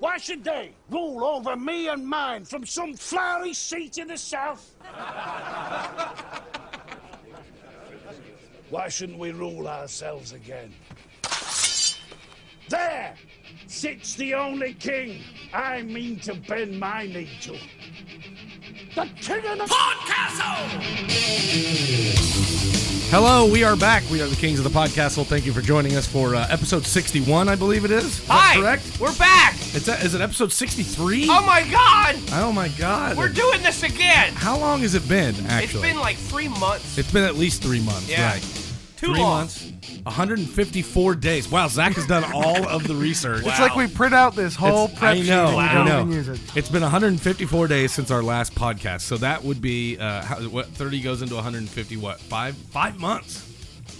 Why should they rule over me and mine from some flowery seat in the south? Why shouldn't we rule ourselves again? There sits the only king I mean to bend my knee to. The king of the Hello, we are back. We are the Kings of the Podcastle. Thank you for joining us for uh, episode 61, I believe it is. Is that Hi, correct? we're back. It's a, is it episode 63? Oh my God, Oh my god. we're doing this again. How long has it been, It's actually? been like three months. It's been at least three months, Yeah. right? Too three long. months, 154 days. Wow, Zach has done all of the research. It's like we print out this whole It's- prep I know, sheet and we I don't know. even use it. It's been 154 days since our last podcast, so that would be uh, how, what 30 goes into 150. What five five months?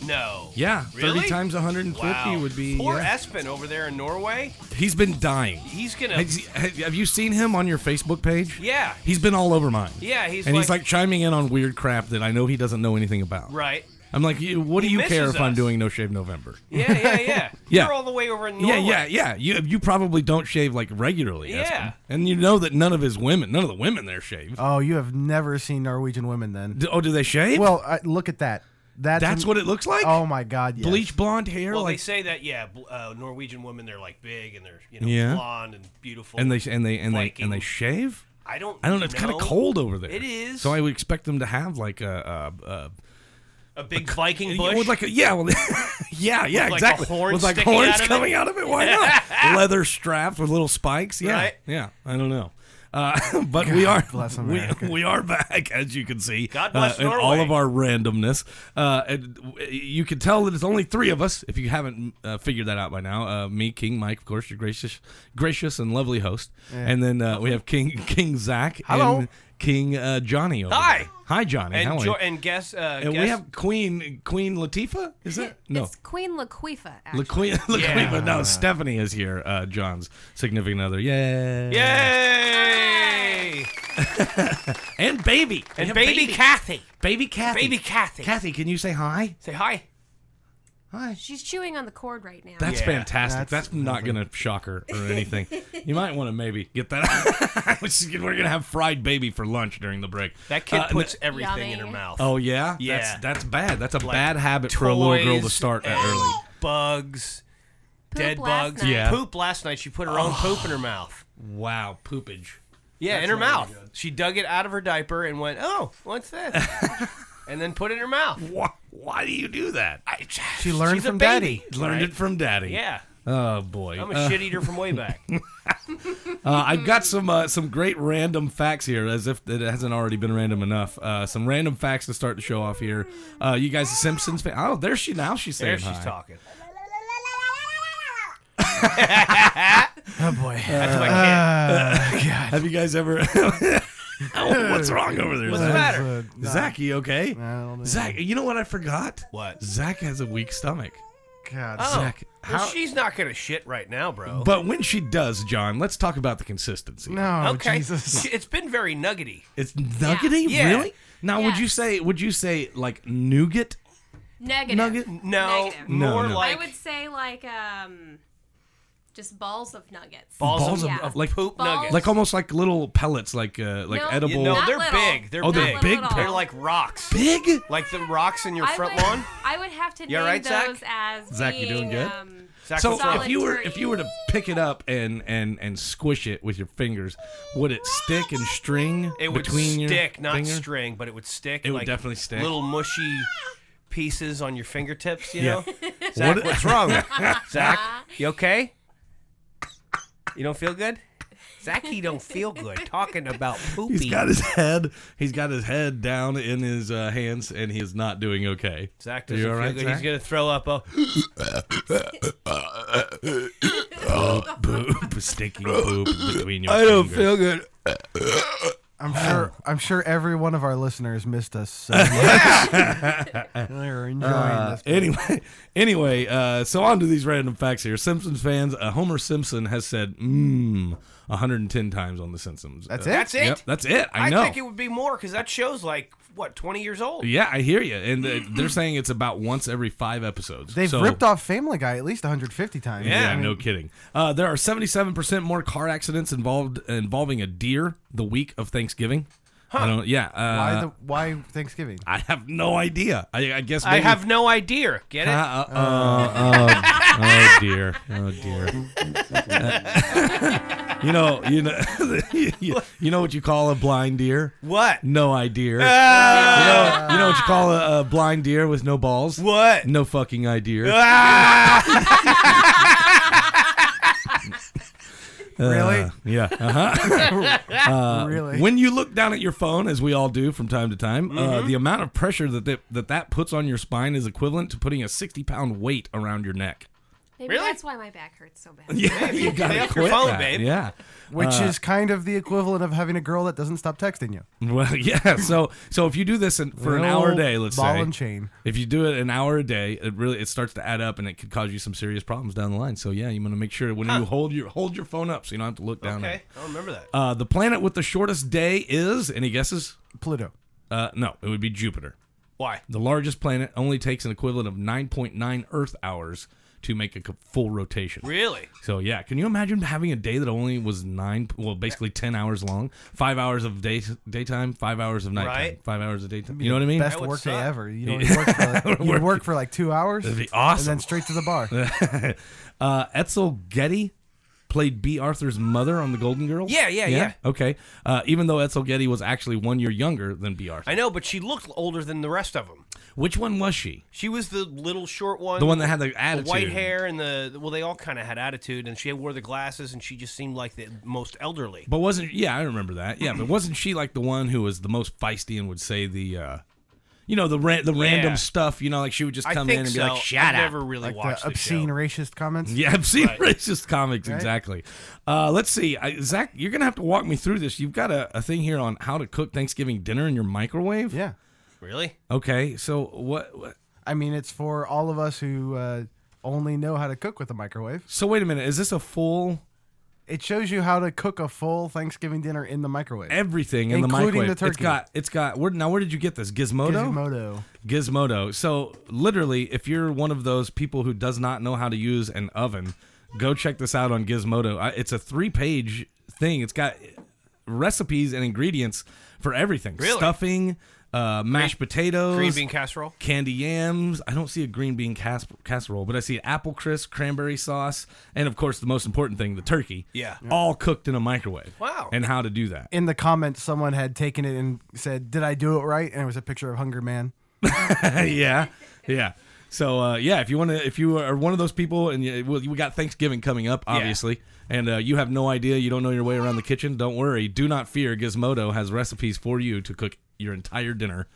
no. Yeah, Really? 30 times 150 Wow. would be. Poor yeah. Espen over there in Norway. He's been dying. He's gonna. Has he- Have have you seen him on your Facebook page? yeah. He's been all over mine. Yeah, he's and he's like- like chiming in on weird crap that I know he doesn't know anything about. Right. I'm like, you- what do He you care if misses I'm us. doing No Shave November? Yeah, yeah, yeah. Yeah. You're all the way over in Yeah, Norway. yeah, yeah. You you probably don't shave like regularly. Espen. Yeah. and you know that none of his women, none of the women there shave. Oh, you have never seen Norwegian women then. D- oh, do they shave? Well, I, look at that. That's, that's what it looks like. Oh my God! Yes. bleach blonde hair, Well, they like, say that yeah, bl- uh, Norwegian women they're like big and they're you know Yeah. blonde and beautiful. and they and they and they Viking. and they shave. I don't. I don't know. It's kind of cold over there. It is. So I would expect them to have like a, a, a A big Viking Yeah, bush. With like a, yeah, well, yeah, yeah, With like a exactly. horn with like sticking horns out of it? coming out of it. Why not? Leather strapped with little spikes. Yeah, Right. yeah. I don't know. Uh, but we are bless we, America. we are back as you can see God bless uh, in all Norway. of our randomness uh, and w- you can tell that it's only three of us if you haven't uh, figured that out by now uh, me King Mike of course your gracious gracious and lovely host and then uh, we have King King Zach Hello. and King uh, Johnny over Hi. there. hi Johnny how and, are jo- you? and guess. Uh, And guess we have Queen Queen Latifah. Is it no? It's Queen Laquifa, actually. La Queen, La Yeah. Queen- no, Stephanie is here. Uh, John's significant other. Yay! Yay! And baby We And have baby, Kathy. baby Kathy, Baby Kathy. Kathy, can you say hi? Say hi. Hi. She's chewing on the cord right now. That's Yeah. fantastic. That's, That's not gonna shock her or anything. you might want to maybe get that. Which is good. We're gonna have fried baby for lunch during the break. That kid Uh, puts everything in her Yummy. mouth. Oh yeah, Yeah. That's, that's bad. That's a bad habit for a little girl to Toys start at and early. Bugs, Poop dead last bugs. night. Yeah. Poop last night. She put her own Oh. poop in her mouth. Wow, poopage. Yeah, in her mouth. She dug it out of her diaper and went, "Oh, what's this?" and then put it in her mouth. Why, why do you do that? I, She learned She's a from baby. daddy. Learned it from daddy. Yeah. Oh boy. I'm a Uh, shit eater from way back. uh, I've got some uh, some great random facts here, as if it hasn't already been random enough. Uh, some random facts to start the show off here. Uh, you guys, the Simpsons fan. Oh, there she now. She's saying there she's hi. talking. Oh boy. That's my Uh, kid. Have you guys ever? Oh, What's wrong over there? What's the Zach? matter? Zach, you okay? don't know. Zach, you know what I forgot? What? Zach has a weak stomach. God. Oh, Zach, well, how- she's not gonna shit right now, bro. But when she does, John, let's talk about the consistency. No, okay. Jesus. It's been very nuggety. It's nuggety, Yeah. really? Now, would Yes. you say would you say like nougat? Negative. Nugget? No, Negative. No, more no. like I would say like um, just balls of nuggets. balls, balls of, of- Yeah. of like poop Balls. nuggets. like almost like little pellets, like uh, like No, edible. You know, Not they're little. big. They're Oh, big. they're Not little big at all. They're like rocks. big. Like the rocks in your I front would, lawn. I would have to You name all right, Zach? those as Zach, you being, doing good? Um, Zach, So what's up? if you were Solitary. if you were to pick it up and and and squish it with your fingers, would it stick and string It would between stick, your not finger? string, but it would stick. It would like definitely stick. Little mushy pieces on your fingertips, you Yeah. know? Zach, What- what's wrong? Zach, you okay? You don't feel good? Zach, he don't feel good talking about poopy. He's got his head. He's got his head down in his uh, hands, and he is not doing okay. Zach Are doesn't you feel all right, good. Zach? He's gonna throw up. A, poop, sticky poop between your. good. I'm sure I'm sure every one of our listeners missed us so much. They're enjoying Uh, this. anyway, anyway, uh, so on to these random facts here. Simpsons fans, uh, Homer Simpson has said "mmm" 110 times on The Simpsons. That's Uh, it? That's it. Yep, that's it. I, I know. think it would be more because that show's like what twenty years old. yeah, I hear you. And uh, they're saying it's about once every five episodes. They've So- ripped off Family Guy at least 150 times. Yeah, I mean, no kidding. Uh, there are 77% more car accidents involved involving a deer the week of Thanksgiving. I don't, yeah. Uh, Why, the, why Thanksgiving? I have no idea. I, I guess I maybe- have no idea. Get it? Uh, uh, uh, oh dear! Oh dear! you know, you know, you, you know what you call a blind deer? what? No idea. Ah, you, know, you know what you call a, a blind deer with no balls? what? No fucking idea. Ah! really? Uh, yeah. Uh-huh. really? When you look down at your phone, as we all do from time to time, uh, Mm-hmm. the amount of pressure that, that that that puts on your spine is equivalent to putting a sixty pound weight around your neck. Maybe Really? that's why my back hurts so bad. Yeah, you Stay gotta off your quit phone, that. babe. Yeah. Which uh, is kind of the equivalent of having a girl that doesn't stop texting you. Well, yeah. So so if you do this in, for an hour a day, let's ball say, and chain. if you do it an hour a day, it really it starts to add up and it could cause you some serious problems down the line. So yeah, you want to make sure when you hold your hold your phone up so you don't have to look down. At Okay, it. I don't remember that. Uh, the planet with the shortest day is any guesses? Pluto. Uh, no, it would be Jupiter. Why? The largest planet only takes an equivalent of 9.9 Earth hours to make a co- full rotation. Really? So yeah, can you imagine having a day that only was nine, well, basically ten hours long? Five hours of day daytime, five hours of nighttime, Right. five hours of daytime. You know what I mean? Best That would workday suck. ever. You don't work for like, you work for like two hours. That'd be And awesome. then straight to the bar. uh, Etzel Getty played B. Arthur's mother on The Golden Girls. Yeah, yeah, yeah. Okay, uh, even though Etzel Getty was actually one year younger than B. Arthur. I know, but she looked older than the rest of them. Which one was she? She was the little short one, The one that had the the attitude. white hair, and the well, they all kind of had attitude, and she wore the glasses, and she just seemed like the most elderly. But wasn't yeah, I remember that. Yeah, but wasn't she like the one who was the most feisty and would say the uh you know, the ra- the random stuff, you know, like she would just I come in think so. and be like, "Shut I up." never really Like watched the obscene racist comments. Yeah, I've seen racist comics exactly. Uh, let's see, I, Zach, you're gonna have to walk me through this. You've got a, a thing here on how to cook Thanksgiving dinner in your microwave. Yeah. show. Really? Okay, so what? what I mean, it's for all of us who uh, only know how to cook with a microwave. so wait a minute. Is this a full It shows you how to cook a full Thanksgiving dinner in the microwave. everything in the microwave? Including the It's turkey. got it's got. Where now? Where did you get this? Gizmodo. Gizmodo. Gizmodo. So literally, if you're one of those people who does not know how to use an oven, go check this out on Gizmodo. I, it's a three-page thing. It's got recipes and ingredients for everything: Really? stuffing, uh, mashed potatoes, Green bean casserole. candy yams. I don't see a green bean cas- casserole, but I see apple crisp, cranberry sauce, and of course the most important thing, the turkey. Yeah. all cooked in a microwave. Wow. And how to do that? In the comments, someone had taken it and said, "Did I do it right?" And it was a picture of Hunger Man. yeah, yeah. So uh, yeah, if you want to, if you are one of those people, and you, well, we got Thanksgiving coming up, obviously, and uh, you have no idea, you don't know your way around the kitchen. Don't worry, do not fear. Gizmodo has recipes for you to cook your entire dinner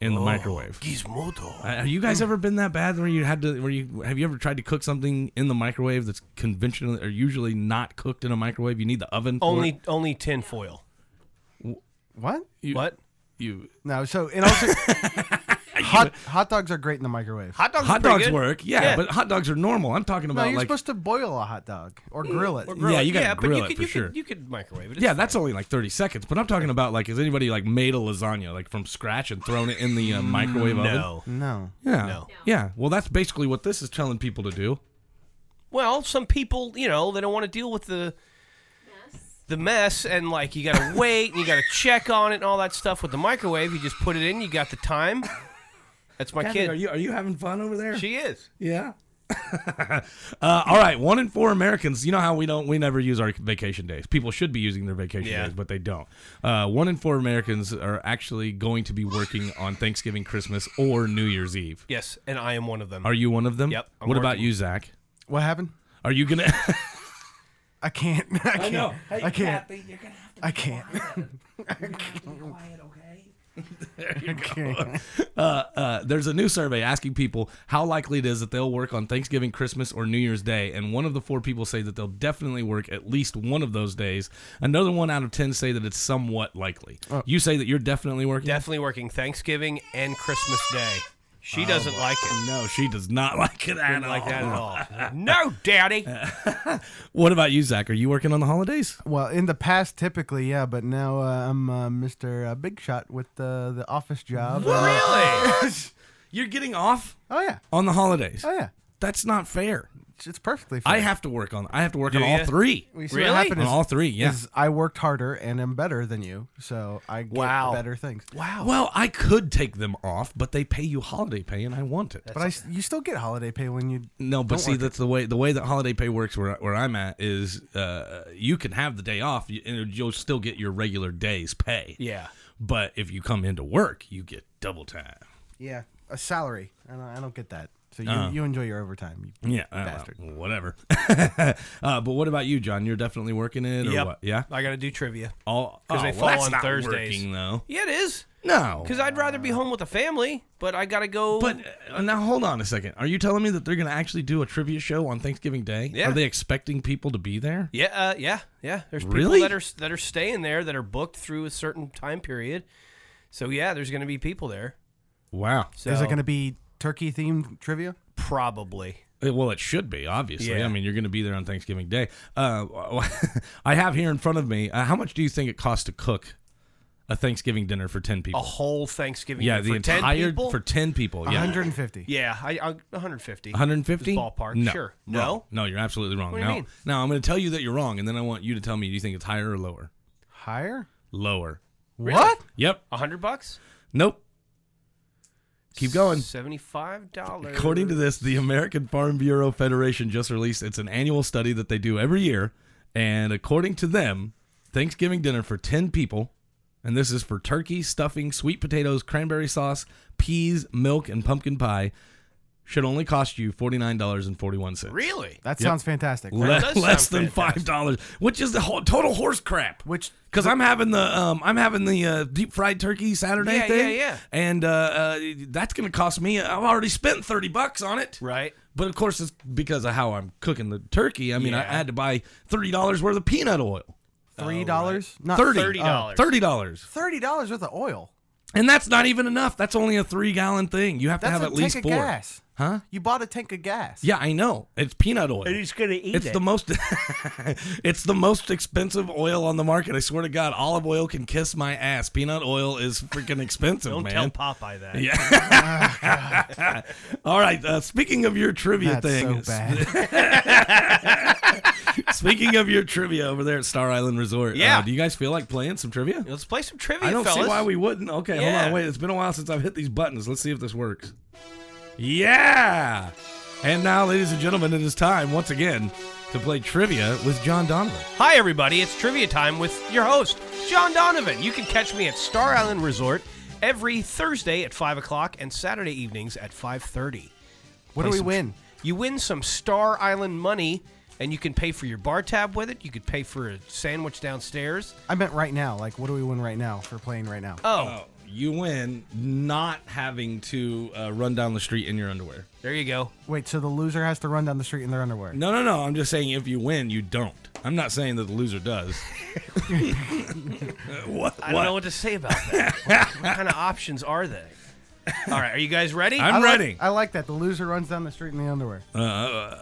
in the microwave. Oh, Gizmodo. Uh, have you guys ever been that bad where you had to, where you have you ever tried to cook something in the microwave that's conventionally or usually not cooked in a microwave? You need the oven. for Only it? only tin foil. What? You- What? you. No. So, and also, hot hot dogs are great in the microwave. Hot dogs. are Hot pretty dogs good. work, yeah, but hot dogs are normal. I'm talking no, about you're like supposed to boil a hot dog or Mm, grill it. yeah, you gotta yeah, grill but you it could, for you sure. Could, you could microwave it. It's Yeah, fine. that's only like 30 seconds, but I'm talking about like, has anybody like made a lasagna like from scratch and thrown it in the uh, microwave oven? Mm, no. No. Yeah. No. Yeah. Well, that's basically what this is telling people to do. Well, some people, you know, they don't want to deal with the the mess and like you gotta wait and you gotta check on it and all that stuff with the microwave. You just put it in, you got the time. That's my kid. you, are you having fun over there? she is. yeah. uh, all right, one in four Americans. You know how we don't, we never use our vacation days. People should be using their vacation Yeah. days, but they don't. Uh, one in four Americans are actually going to be working on Thanksgiving, Christmas, or New Year's Eve. Yes, and I am one of them. Are you one of them? Yep, I'm what about working. you, Zach? What happened? Are you gonna? I can't. I can't. I, can't. You're gonna have to I can't. be quiet, okay? uh, uh, there's a new survey asking people how likely it is that they'll work on Thanksgiving, Christmas, or New Year's Day, and one of the four people say that they'll definitely work at least one of those days. Another one out of ten say that it's somewhat likely. Oh. You say that you're definitely working. Definitely working Thanksgiving and Christmas Day. She Oh, doesn't like it. no, she does not like it at Didn't all. like that at all. no, Daddy. What about you, Zach? Are you working on the holidays? Well, in the past, typically, yeah, but now uh, I'm uh, Mr. Uh, Big Shot with the the office job. Uh, Really? you're getting off oh yeah, on the holidays. oh yeah, That's not fair. it's, it's perfectly. Fine. I have to work on. I have to work Do on all ya? three. We see Really? What happened On is, all three, yeah. is I worked harder and am better than you, so I get Wow. better things. wow. Well, I could take them off, but they pay you holiday pay, and I want it. But I, s- you still get holiday pay when you. No, but Don't see, work that's the way the way that holiday pay works. Where where I'm at is, uh, you can have the day off, you- and you'll still get your regular day's pay. Yeah. But if you come into work, you get double time. Yeah, a salary. I don't, I don't get that. So you, Uh-huh. you enjoy your overtime. You, Yeah, I don't know. Bastard. whatever. uh, but what about you, John? You're definitely working it, or Yep. what? Yeah, I got to do trivia. all 'Cause oh, they well, fall that's on not Thursdays. Working, though, Yeah, it is. no, Because I'd rather be home with the family, but I got to go. But uh, now hold on a second. Are you telling me that they're going to actually do a trivia show on Thanksgiving Day? Yeah. Are they expecting people to be there? Yeah, uh, yeah, yeah. There's people Really? that are that are staying there that are booked through a certain time period. So yeah, there's going to be people there. Wow. So Is it going to be turkey themed trivia? probably? Uh, Well, it should be obviously. Yeah. I mean, you're going to be there on Thanksgiving Day. Uh, I have here in front of me. Uh, how much do you think it costs to cook a Thanksgiving dinner for ten A people? whole Thanksgiving. yeah, for the 10 entire people? for ten people. Oh, Yeah. 150. yeah, I, I 150. 150 ballpark, No. sure. No. No? no, you're absolutely wrong. do you now, mean? now I'm going to tell you that you're wrong, and then I want you to tell me do you think it's higher or lower? Higher? Lower. What? Yep. 100 bucks? Nope. Keep going. Seventy-five dollars. According to this, the American Farm Bureau Federation just released it's an annual study that they do every year, and according to them, Thanksgiving dinner for 10 people, and this is for turkey, stuffing, sweet potatoes, cranberry sauce, peas, milk, and pumpkin pie, should only cost you $49.41. really, That sounds fantastic. Le- That does sound less than fantastic. five dollars, which is the whole, total horse crap. Which- because I'm having the um, I'm having the uh, deep fried turkey Saturday Yeah, yeah, thing, yeah. and uh, uh, that's gonna cost me. I've already spent thirty bucks on it, right? But of course, it's because of how I'm cooking the turkey. I mean, I Yeah. had to buy thirty dollars worth of peanut oil. Three dollars? Not Oh, Oh, Thirty Uh, $30. Thirty dollars, Thirty dollars worth of oil. and that's not even enough. That's only a three gallon thing. You have That's to have a at tank least of four. gas. Huh? You bought a tank of gas. Yeah, I know. It's peanut oil. He's gonna eat E It's it. the most It's the most expensive oil on the market. I swear to god, olive oil can kiss my ass. Peanut oil is freaking expensive, Don't man. tell Popeye that. yeah. All right, uh, speaking of your trivia That's thing. so bad. Speaking of your trivia over there at Star Island Resort. Yeah. uh, do you guys feel like playing some trivia? Let's play some trivia, I don't fellas. see why we wouldn't. Okay, hold Yeah. on. Wait, it's been a while since I've hit these buttons. Let's see if this works. Yeah. And now, ladies and gentlemen, it is time once again to play trivia with John Donovan. Hi, everybody. It's trivia time with your host, John Donovan. You can catch me at Star Island Resort every Thursday at five o'clock and Saturday evenings at five thirty. What do Play we some- win? You win some Star Island money, and you can pay for your bar tab with it. You could pay for a sandwich downstairs. I meant right now. Like, what do we win right now for playing right now? Oh, Oh, you win not having to uh, run down the street in your underwear. there you go. Wait, so the loser has to run down the street in their underwear. No, no, no. I'm just saying if you win, you don't. I'm not saying that the loser does. what? I don't know what to say about that. what, what kind of options are they? All right, are you guys ready? I'm I like- ready. I like that. The loser runs down the street in the underwear. Uh.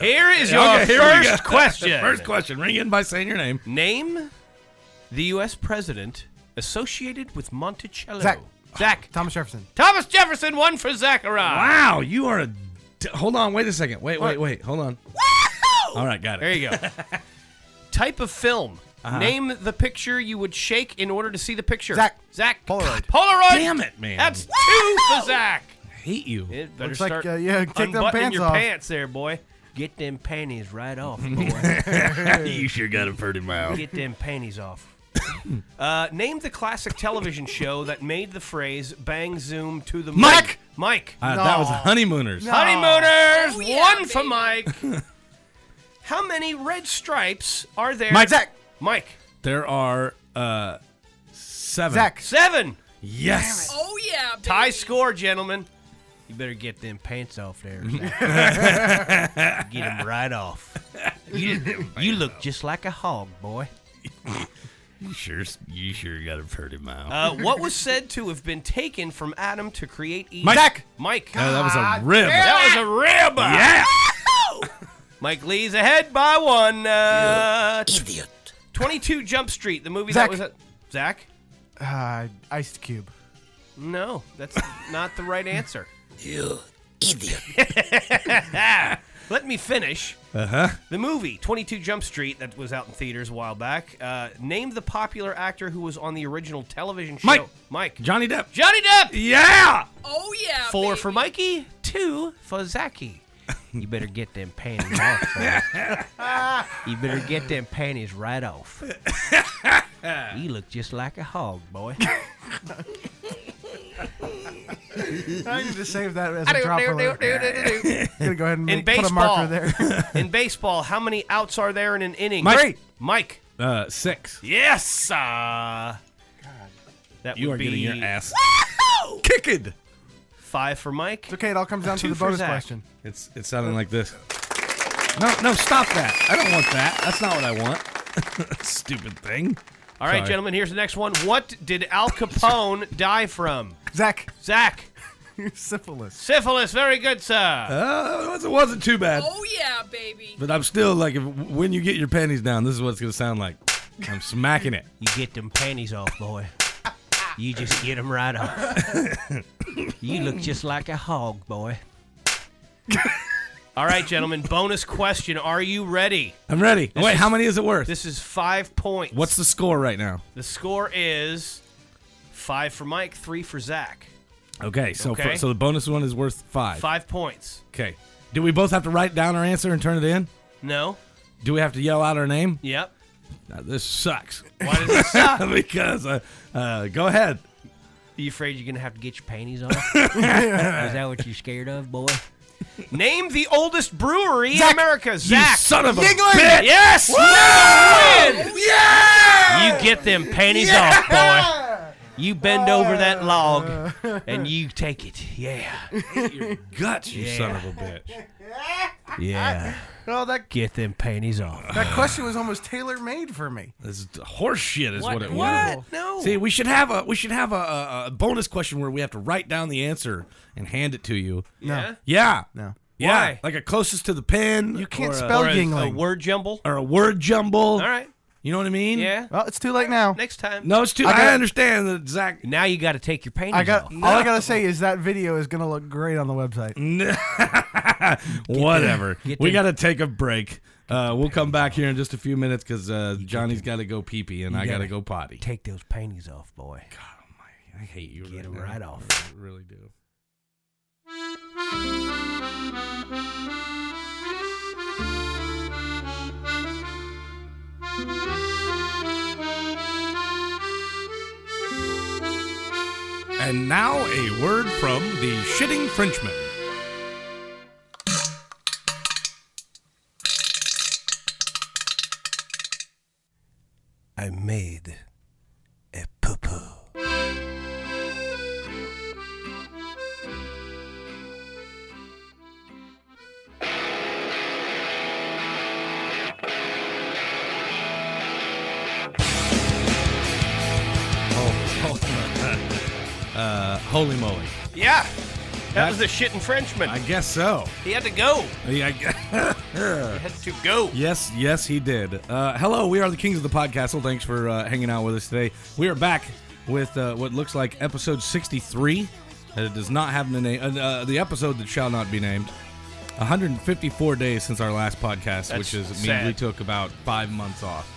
Here is your Okay, here we go. first question. First question. Ring in by saying your name. Name the U.S. president associated with Monticello. Zach. Zach. Thomas Jefferson. Thomas Jefferson, one for Zachariah. Wow, you are a. D- hold on. Wait a second. Wait, wait, wait. Hold on. All right, got it. There you go. Type of film. Name the picture you would shake in order to see the picture. Uh-huh. Zach. Zach. Polaroid. Polaroid. Damn it, man. That's two for Zach. I hate you. It better Looks like start uh, yeah, take them unbuttoning pants your off. pants there, boy. Get them panties right off, boy. you sure got a pretty mouth. Get them panties off. uh, name the classic television show that made the phrase "bang zoom to the moon." Mike! Mike. Uh, That was honeymooners. Honeymooners, Oh, yeah, one for baby. Mike. How many red stripes are there? Mike. Zach. Mike. There are uh, Seven. Zach. Seven. Yes. Oh yeah, baby. Tie score, gentlemen. You better get them pants off there. Zach. get them right off. You, you look just like a hog, boy. You sure, you sure got it pretty mild. Uh, what was said to have been taken from Adam to create Eve? Mike. Zach. Mike. oh, that was a rib. That was a rib. Yeah. Mike Lee's ahead by one. Uh, Idiot. 22 Jump Street, the movie that Zach. was. A- Zach? Uh, Ice Cube. No, that's not the right answer. You idiot. Let me finish. Uh Uh-huh. huh. The movie, 22 Jump Street, that was out in theaters a while back, uh, named the popular actor who was on the original television show. Mike. Mike. Johnny Depp. Johnny Depp! Yeah. Oh yeah, Four baby. for Mikey, two for Zachy. You better get them panties off. boy. you better get them panties right off. you look just like a hog, boy. I Oh, need to save that as a drop for later. Gonna go ahead and In make, put a baseball. marker there. In baseball, how many outs are there in an inning? Mike. Great. Mike. Uh, six. Yes. Uh, God. That You would are be getting your ass kicked. five for Mike. okay, it all comes down Two to the for bonus Zach. question. It's it's sounding like this. No, no, stop that. I don't want that. That's not what I want. Stupid thing. All right, Sorry. gentlemen. Here's the next one. What did Al Capone die from? Zach, Zach. syphilis. Syphilis. Very good, sir. Uh, it wasn't- it wasn't too bad. Oh yeah, baby. But I'm still like, if, when you get your panties down, this is what it's gonna sound like. I'm smacking it. You get them panties off, boy. You just get them right off. you look just like a hog, boy. All right, gentlemen. Bonus question. Are you ready? I'm ready. Wait, how many is it worth? This is five points. What's the score right now? The score is five for Mike, three for Zach. Okay, so Okay. For, so the bonus one is worth five. Five points. Okay. Do we both have to write down our answer and turn it in? No? Do we have to yell out our name? Yep. Now, this sucks. Why does this suck? because uh, uh, go ahead. Are you afraid you're going to have to get your panties off? is that what you're scared of, boy? Name the oldest brewery in America. You Zach. son of a Yingling! bitch! yes! You win! Yeah! You get them panties off, boy. You bend over that log and you take it. Yeah. Guts, you son of a bitch. Yeah. Oh, that Get them panties off. that question was almost tailor made for me. This is horse shit is what, it was. What? No. See, we should have a we should have a, a, a bonus question where we have to write down the answer and hand it to you. yeah. Yeah. No. Yeah. Why? Like a closest to the pen. You can't or spell a, Or a, a Yingling. word jumble. or a word jumble. All right. You know what I mean? Yeah. Well, it's too late now. Next time. No, it's too. I I, got- understand that Zach. Now you got to take your panties I got off. all I gotta say is that video is gonna look great on the website. Whatever. Get we them- got to take a break. Uh, we'll come back here in just a few minutes because uh, Johnny's got to go pee pee and I got to gotta- go potty. Take those panties off, boy. I hate you. Get right 'em now. right off. I really do. And now a word from the shitting Frenchman. I made a poo-poo. Oh, Uh, holy moly! Yeah. That, was a shitting Frenchman. I guess so. he had to go. Yeah, I gu- He had to go. yes, yes, he did. Uh, hello, we are the Kings of the Podcastle. Thanks for uh, hanging out with us today. We are back with uh, what looks like episode sixty-three. And It does not have the name. Uh, uh, the episode that shall not be named. 154 days since our last podcast, That's which is it means sad. we took about five months off.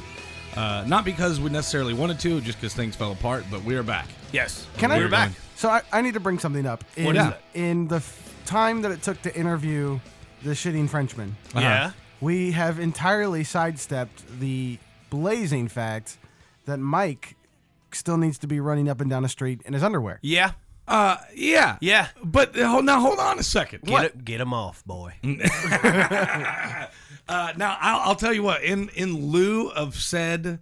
Uh, not because we necessarily wanted to, just because things fell apart. But we are back. Yes. Can I? We're back. So I, I need to bring something up. In, What is it? In the f- time that it took to interview the shitting Frenchman, Uh-huh. Yeah. we have entirely sidestepped the blazing fact that Mike still needs to be running up and down a street in his underwear. Yeah. Uh, yeah, Yeah. But uh, hold, now hold on a second. Get, it- get him off, boy. Uh, now I'll, I'll tell you what. In in lieu of said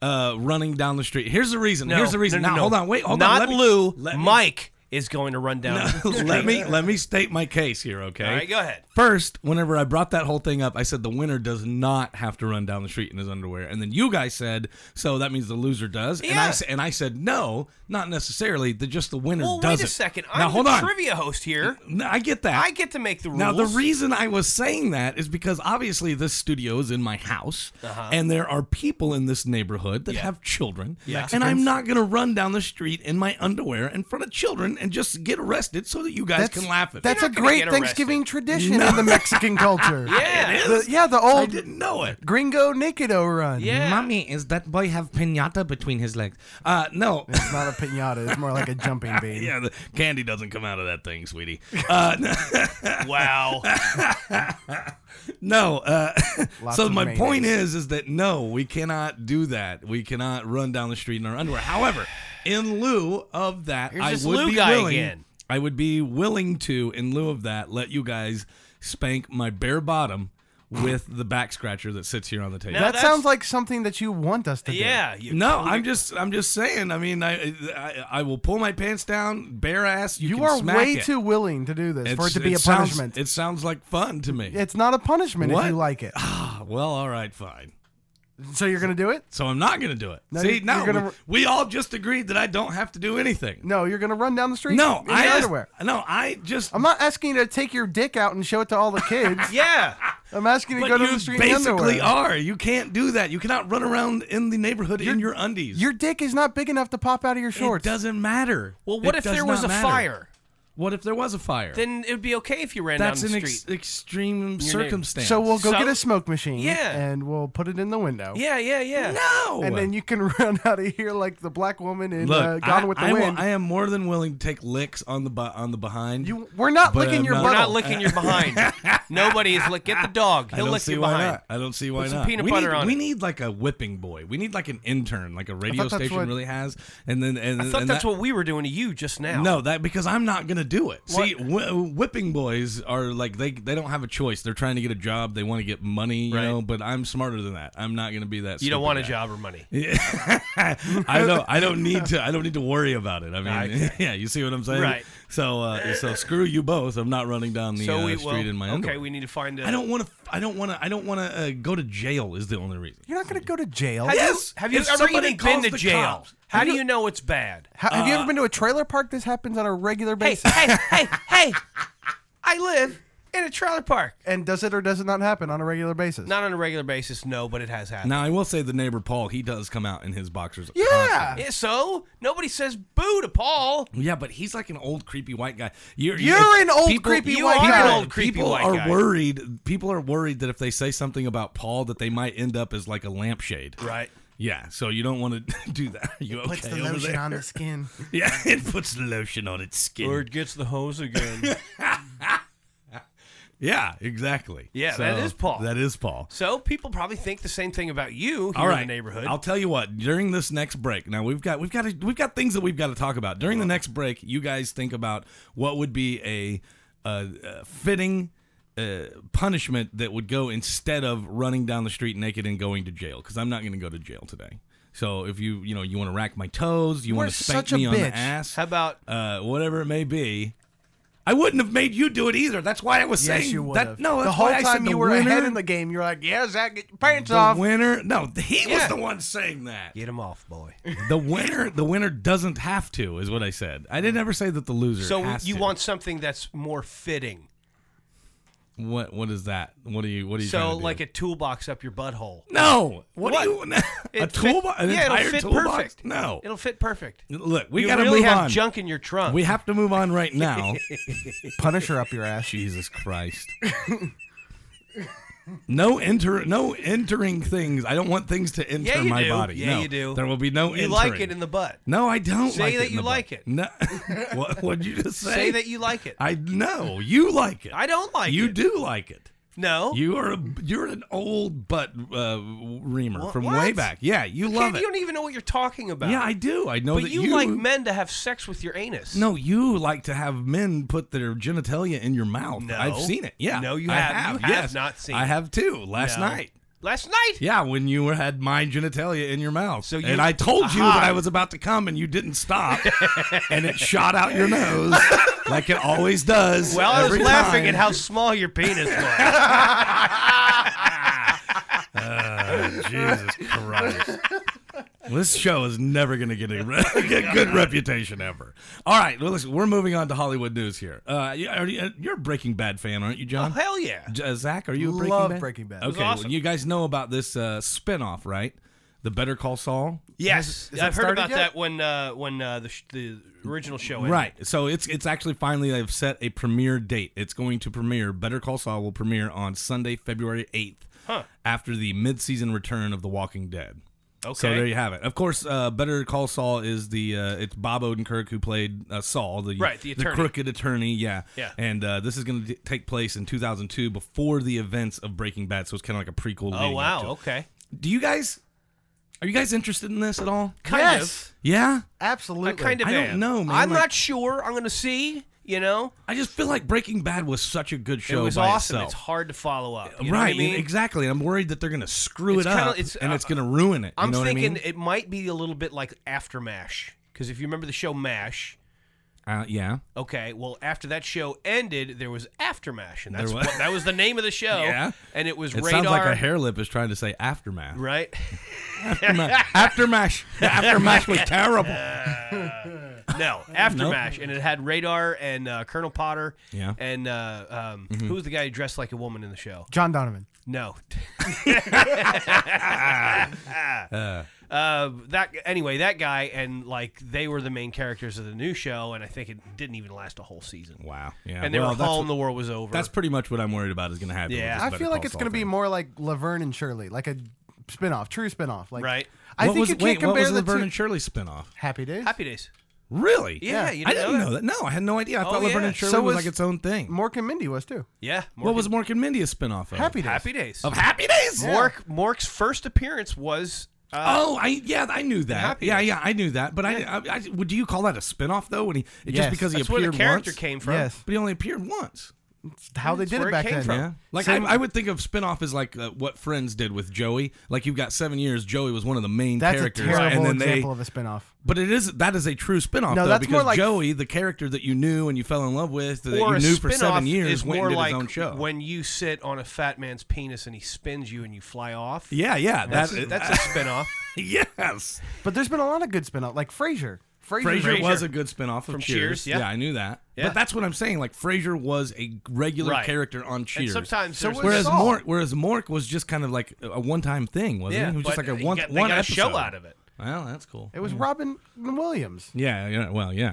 uh, running down the street. Here's the reason. No, Here's the reason. no, no, now, no. hold on. Wait. Hold Not on. Let me- Lou. let me- Mike is going to run down. let me let me state my case here, okay? All right, go ahead. First, whenever I brought that whole thing up, I said the winner does not have to run down the street in his underwear, and then you guys said so that means the loser does, and I Yeah. s- and I said no, not necessarily. That just the winner Well, does wait a it. second. I'm Now hold the on. trivia host here. No, I get that. I get to make the rules. Now, the reason I was saying that is because obviously this studio is in my house, and there are people in this neighborhood that have children, and I'm not going to run down the street in my underwear in front of children and just get arrested so that you guys can laugh at That's me. You're a not gonna great get Thanksgiving tradition in the Mexican culture. yeah, The, yeah, the I old didn't know it. gringo naked-o run. yeah. Mommy, is that boy have pinata between his legs? Uh, no. It's not a pinata. It's more like a jumping bean. Yeah, the candy doesn't come out of that thing, sweetie. Uh, no. Wow. No. Uh, Lots so of my mayonnaise. point is, is that no, we cannot do that. We cannot run down the street in our underwear. However, in lieu of that, Here's I this would Lou be guy willing. again. I would be willing to, in lieu of that, let you guys spank my bare bottom with the back scratcher that sits here on the table. Now That that's- sounds like something that you want us to do. yeah. You, no, I'm just, I'm just saying. I mean, I, I, I will pull my pants down, bare ass. You, You can are smack way it. too willing to do this for It's- it to be a sounds- punishment. it sounds like fun to me. it's not a punishment What? if you like it. Ah, well, all right, fine. So you're gonna do it? So I'm not going to do it. No, See, you- now you're gonna- we, we all just agreed that I don't have to do anything. No, you're gonna run down the street. No, in your I asked- underwear. no, I just. I'm not asking you to take your dick out and show it to all the kids. Yeah. I'm asking you but to go you down the street in basically underwear. are. You can't do that. You cannot run around in the neighborhood in your undies. Your dick is not big enough to pop out of your it shorts. doesn't matter. Well, what It if does there was a not matter. fire? What if there was a fire? Then it would be okay if you ran That's down an the ex- street. extreme neighbor. circumstance. So we'll go So- get a smoke machine. Yeah. And we'll put it in the window. yeah, yeah, yeah. no. And then you can run out of here like the black woman in look. uh, Gone I, with the I will- Wind. I am more than willing to take licks on the bu- on the behind. you, we're not But, licking uh, your no. butt. We're We're not licking your behind. Nobody is lick. Get the dog. I He'll don't lick see you why behind. not. I don't see why Put some not. peanut we butter need, on we it. need like a whipping boy. We need like an intern, like a radio that's station what- really has. And then and I thought and that's that- what we were doing to you just now. No, that because I'm not gonna do it. What? See, whi- whipping boys are like they they don't have a choice. They're trying to get a job. They want to get money, you Right. know. But I'm smarter than that. I'm not gonna be that. you don't stupid want a guy. job or money. I don't. I don't need to. I don't need to worry about it. I mean, Okay. yeah, you see what I'm saying, Right. So, uh, so screw you both. I'm not running down the so uh, we street well, in my okay. underwear. We need to find. A, I don't want to. I don't want to. I don't want to uh, go to jail. Is the only reason. You're not going to go to jail. Have Yes, you, have you if ever somebody even calls been to the jail? cops. Uh, How do you know it's bad? Ha- have you ever been to a trailer park? This happens on a regular Hey, basis. hey, hey, hey! I live in a trailer park. And does it or does it not happen on a regular basis? Not on a regular basis, no, but it has happened. Now I will say the neighbor Paul, he does come out in his boxers. Yeah. Yeah, so nobody says boo to Paul. Yeah, but he's like an old creepy white guy. You're, You're an old creepy you white are guy. an old creepy people white are guy. worried. People are worried that if they say something about Paul, that they might end up as like a lampshade. Right. Yeah. So you don't want to do that. Are you okay Puts the over lotion there? on the skin. Yeah, it puts the lotion on its skin. gets the hose again. yeah, exactly. Yeah, that is Paul. That is Paul. so people probably think the same thing about you here All right, in the neighborhood. I'll tell you what. During this next break, now we've got we've got to, we've got things that we've got to talk about. During the next break, you guys think about what would be a, uh uh fitting uh, punishment that would go instead of running down the street naked and going to jail. Because I'm not going to go to jail today. So if you you know you want to rack my toes, you We're want to spank such a me on the bitch. ass, How about uh, whatever it may be. I wouldn't have made you do it either. That's why I was Yes, saying you would. that. have. No, that's the whole why I time said you the were winner, ahead in the game, you're like, "Yeah, Zach, get your pants the off." winner. No, he was Yeah. the one saying that. get him off, boy? The winner, the winner doesn't have to, is what I said. I didn't ever say that the loser. so has you to. want something that's more fitting. what? What is that? What are you? What are you? So like a toolbox up your butthole. no. What, What? do you? a It fit- toolbox? An yeah, it'll entire fit toolbox? perfect. No. It'll fit perfect. Look, we you gotta really move have on. junk in your trunk. We have to move on right now. Punisher up your ass. Jesus Christ. No enter, no entering things. I don't want things to enter yeah, you my do. body. Yeah, no, you do. There will be no You entering. like it in the butt. No, I don't. Say like that it in you the like butt. it. No, what? What'd you just say? Say that you like it. I know you like it. I don't like You it. do like it. no. You are a, you're an old butt uh, reamer Wha- from what? way back. Yeah, you Ken, love you it. don't even know what you're talking about. Yeah, I do. I know But that you, like men to have sex with your anus. No, you like to have men put their genitalia in your mouth. No. I've seen it. Yeah, No, you I have- you have yes. not seen I it. have too. Last No. night. Last night? Yeah, when you were, had my genitalia in your mouth. So you- and I told you Aha. that I was about to come, and you didn't stop, and it shot out your nose like it always does. Well, I was every laughing at time. how small your penis was. Jesus Christ. This show is never going to get a re- get good reputation ever. All right, well, listen, we're moving on to Hollywood news here. Uh, you, are you, you're a Breaking Bad fan, aren't you, John? Hell yeah. J- uh, Zach, are you a Breaking Oh, Love Bad? Breaking Bad. It was Okay, awesome. well, you guys know about this uh, spinoff, right? The Better Call Saul. Yes, that I've heard started about yet? that when uh, when uh, the, sh- the original show ended. Right. So it's it's actually finally they've set a premiere date. It's going to premiere. Better Call Saul will premiere on Sunday, February eighth, Huh. after the mid-season return of The Walking Dead. Okay. So there you have it. Of course, uh, Better Call Saul is the uh, it's Bob Odenkirk who played uh, Saul, the Right, the attorney. crooked attorney. Yeah, Yeah. And uh, this is going to take place in 2002, before the events of Breaking Bad. So it's kind of like a prequel. oh leading up wow. to it. Okay. Do you guys are you guys interested in this at all? Kind yes, Yeah, absolutely. of. I kind of. I don't am. know, man, I'm like- not sure. I'm gonna see. You know, I just feel like Breaking Bad was such a good show. it was by awesome. itself. It's hard to follow up. You know what right, I mean? exactly. And I'm worried that they're going to screw It's it kinda- up it's- and it's uh, going to ruin it. You I'm know what I thinking mean? it might be a little bit like after Mash, because if you remember the show Mash. Uh, yeah. Okay, well, after that show ended, there was Aftermash, and that's was- what, that was the name of the show. Yeah. and it was It radar, sounds like a hair lip is trying to say aftermath. right? Aftermath. Aftermash. The aftermash was terrible. No, Aftermash, and it had Radar and uh, Colonel Potter. Yeah. Mm-hmm. And uh, um, who was the guy who dressed like a woman in the show? John Donovan. No. uh, that anyway, that guy and like they were the main characters of the new show, and I think it didn't even last a whole season. Wow. Yeah. And they well, were that's, all in the world was over. that's pretty much what I'm worried about is going to happen. with Yeah. this I Better feel like Call it's Saul going to be thing. more like Laverne and Shirley, like a spinoff, true spinoff. Like Right. I what think was, you can't wait, compare what was the the Vernon two. and Shirley spinoff? Happy Days. Happy days. Really? Yeah, you I didn't know know that. No, I had no idea. I Oh, thought Laverne yeah. and Shirley So was, was- like its own thing. Mork and Mindy was too. Yeah. what was Mork- Mork and Mindy a spinoff of? Happy Days. Happy Days? Of Happy Days? Mork Mork's first appearance was uh, Oh, I yeah, I knew that. Happy yeah, Days. yeah, I knew that. But I, I, I would do you call that a spinoff though? When he it just Yes. because he that's where appeared the character once, came from. Yes. but he only appeared once. How they That's did where it it back came then. from. Yeah, like I, I would think of spinoff as like uh, what Friends did with Joey. Like you've got seven years. Joey was one of the main That's a characters, terrible and then example they. of a spinoff. But it is that is a true spinoff No, though, that's because more like- Joey, the character that you knew and you fell in love with, that or you a knew for seven spinoff years, is went more and did like his own show. When you sit on a fat man's penis and he spins you and you fly off. yeah, yeah, that's that- that's a spinoff yes. But there's been a lot of good spin-off, like Frasier. Frasier. Frasier Frasier. was a good spinoff of From Cheers. Cheers, yeah. I knew that. Yeah. But that's what I'm saying. Like Frasier was a regular Right. character on and Cheers. sometimes So there's- what- whereas Saul. Mork, whereas Mork was just kind of like a one-time thing, wasn't yeah, he? He was just but like a you one got, they one got a episode. show out of it. Well, that's cool. It was Robin Williams. Yeah, yeah. Well, yeah.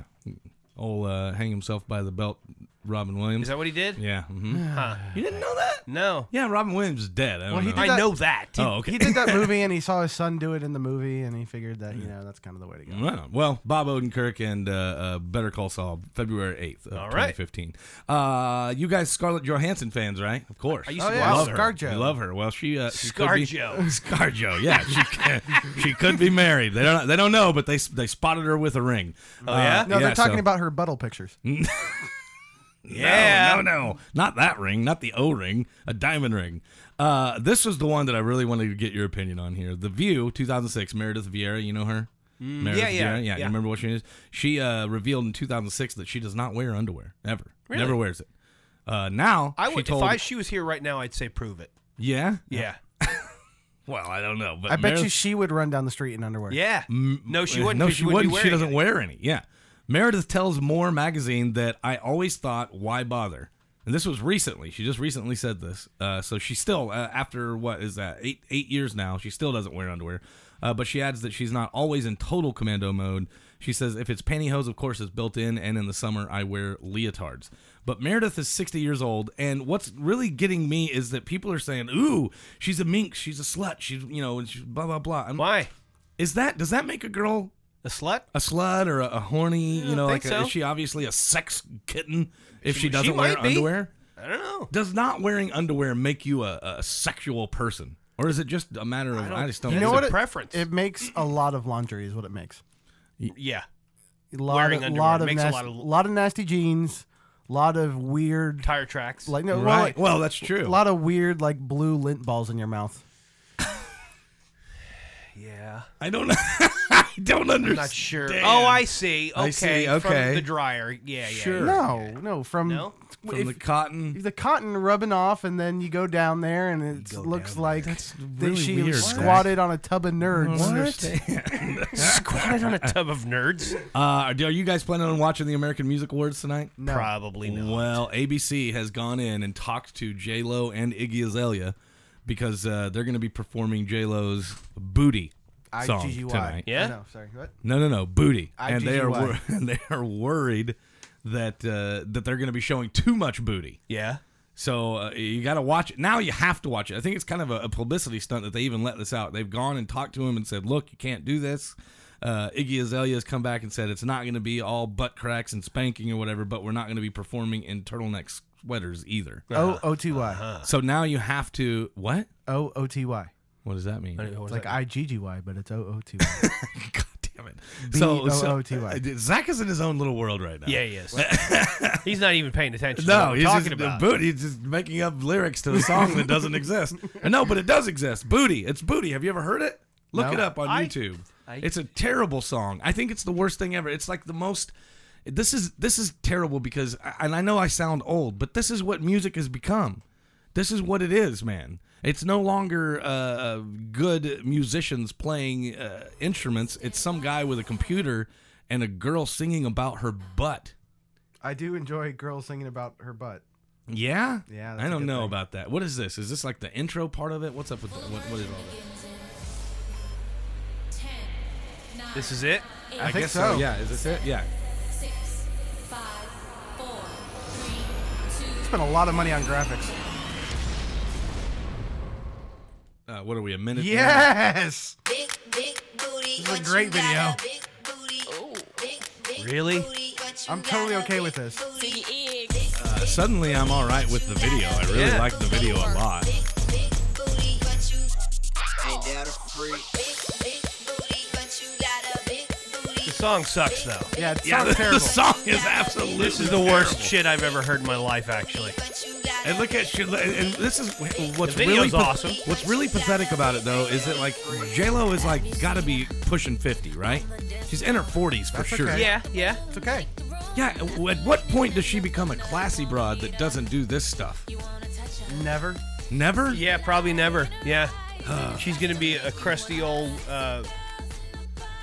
Old uh, hang himself by the belt, Robin Williams. Is that what he did? yeah. mhm. Huh. You didn't know that? No, Yeah, Robin Williams is dead. I don't Well, he know. did I that- know that. oh, okay. He did that movie, and he saw his son do it in the movie, and he figured that you know that's kind of the way to go. Right on. Well, Bob Odenkirk and uh, uh, Better Call Saul, February 8th of All right. 2015. Uh, you guys Scarlett Johansson fans, right? Of course. I used to Oh, yeah, love Scar her. Jo. We love her. Well, she, uh, she could be- ScarJo. ScarJo, yeah. She, can, she could be married. They don't, they don't know, but they they spotted her with a ring. Oh, yeah? No, they're talking so- about her buttle pictures. yeah. No, no, no. Not that ring, not the O ring, a diamond ring. Uh, this was the one that I really wanted to get your opinion on here. The View, 2006, Meredith Vieira, you know her? Meredith yeah, yeah, Vieira? yeah, You yeah. remember what she is? She uh, revealed in 2006 that she does not wear underwear, ever. Never wears it. Uh, now, I she would. told, if I she was here right now, I'd say prove it. yeah? Yeah, Well, I don't know. But I bet Meredith- you she would run down the street in underwear. yeah. No, she Uh, wouldn't. No, 'cause she wouldn't be wouldn't. She wearing doesn't it. wear any. Yeah. Meredith tells More magazine that I always thought, why bother? And this was recently. She just recently said this. Uh, so she still, uh, after what is that, eight eight years now, she still doesn't wear underwear. Uh, but she adds that she's not always in total commando mode. She says, if it's pantyhose, of course, it's built in, and in the summer, I wear leotards. But Meredith is 60 years old, and what's really getting me is that people are saying, ooh, she's a minx, she's a slut, she's, you know, and she's blah, blah, blah. And Why? Is that, does that make a girl A slut? a slut or a, a horny, you know, like think a, so. is she obviously a sex kitten if she, She- she doesn't wear might be. underwear? I don't know. Does not wearing underwear make you a, a sexual person? Or is it just a matter of I, just don't You It's know a what? It, preference. It makes a lot of laundry is what it makes. Yeah. A lot Wearing of, underwear lot of makes a nasty, lot of- lot of nasty jeans, lot of weird Tire tracks. like no, well, Right. like, Well, that's true. a lot of weird like blue lint balls in your mouth. Yeah. I don't. I don't understand. Not sure. Oh, I see. Okay. I see, From okay. the dryer. Yeah, yeah. Sure. No, no, from No? From if- the cotton. the cotton rubbing off, and then you go down there, and it go looks down like there. That's that really she weird, was Zach. squatted on a tub of nerds. yeah. Squatted on a tub of nerds. Uh, are are you guys planning on watching the American Music Awards tonight? No. Probably not. Well, ABC has gone in and talked to J Lo and Iggy Azalea because uh, they're going to be performing J Lo's "Booty" I song G U Y. tonight. Yeah? Oh, no, sorry. What? No, no, no, "Booty," and they are IGGY. wor- and they are worried that uh, that they're going to be showing too much booty. Yeah. So uh, you got to watch it now. You have to watch it. I think it's kind of a, a publicity stunt that they even let this out. They've gone and talked to him and said, "Look, you can't do this." Uh, Iggy Azalea has come back and said it's not going to be all butt cracks and spanking or whatever, but we're not going to be performing in turtleneck sweaters either. O O T Y. Uh-huh. So now you have to what? O O T Y. What does that mean? God It's like I G G Y, but it's O O T Y. damn it! So, so uh, B-O-O-T-Y. Zach is in his own little world right now. Yeah, he is. he's not even paying attention. to what No, we're he's talking just, about. booty. He's just making up lyrics to a song that doesn't exist. And no, but it does exist. Booty. It's booty. Have you ever heard it? Look No. it up on I- YouTube. I- it's a terrible song. I think it's the worst thing ever. It's like the most. This is this is terrible because, and I know I sound old, but this is what music has become. This is what it is, man. It's no longer uh, uh, good musicians playing uh, instruments. It's some guy with a computer and a girl singing about her butt. I do enjoy girls singing about her butt. Yeah, Yeah, that's I a don't good know thing. about that. What is this? Is this like the intro part of it? What's up with that? What, what is all This is it. that? I think so. Yeah, is this it? Yeah. Spent a lot of money on graphics. Uh, what are we a minute? in? Yes. Big, big booty. This is a what you great got video. a big booty. Big, big Really? booty, what you I'm got totally a okay big with this. booty. Uh, suddenly, I'm all right with the video. I really Yeah. like the video a lot. Big, big booty. What you ain't that a freak? Big, big booty. What you got a big booty. The song sucks though. Yeah, it Yeah, sounds the, terrible. the song is absolutely. This is the worst shit I've ever heard in my life, actually. What you got And look at she- and this is what's The really video's pa- awesome. What's really pathetic about it though is that like J Lo is like got to be pushing fifty, right? She's in her forties for sure. okay. Yeah, yeah. It's okay. Yeah. At what point does she become a classy broad that doesn't do this stuff? Never. Never. Yeah, probably never. Yeah. She's gonna be a crusty old. Uh,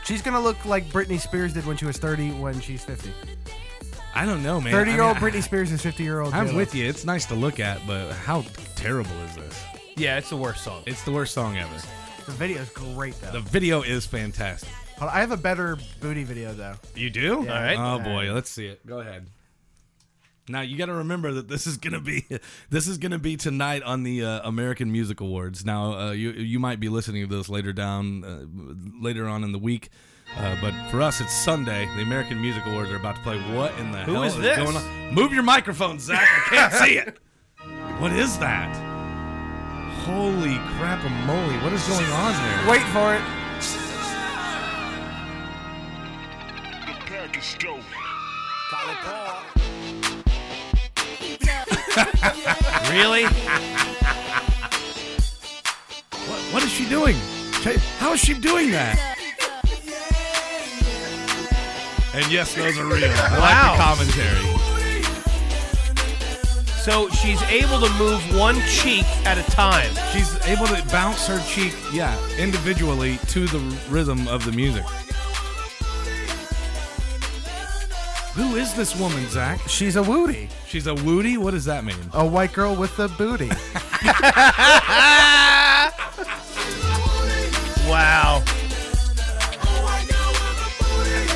She's gonna look like Britney Spears did when she was 30 when she's 50. I don't know, man. 30 year old I mean, I- Britney Spears is 50 year old. I'm with you. It's nice to look at, but how terrible is this? yeah, it's the worst song. It's the worst song ever. The video's great though. The video is fantastic. Hold on, I have a better booty video though. You do? Yeah. All right. Oh boy, let's see it. Go ahead. Now you got to remember that this is gonna be this is gonna be tonight on the uh, American Music Awards. Now uh, you you might be listening to this later down uh, later on in the week, uh, but for us it's Sunday. The American Music Awards are about to play. What in the Who hell is this? going on? Move your microphone, Zach. I can't see it. What is that? Holy crap, a moly! What is going on there? Wait for it. Really? What, what is she doing? Ch- How is she doing that? And yes, those are real. I Wow. like the commentary. So she's able to move one cheek at a time. She's able to bounce her cheek, yeah, individually to the rhythm of the music. Who is this woman, Zach? She's a woody. She's a woody? What does that mean? A white girl with the booty. Ah! Wow.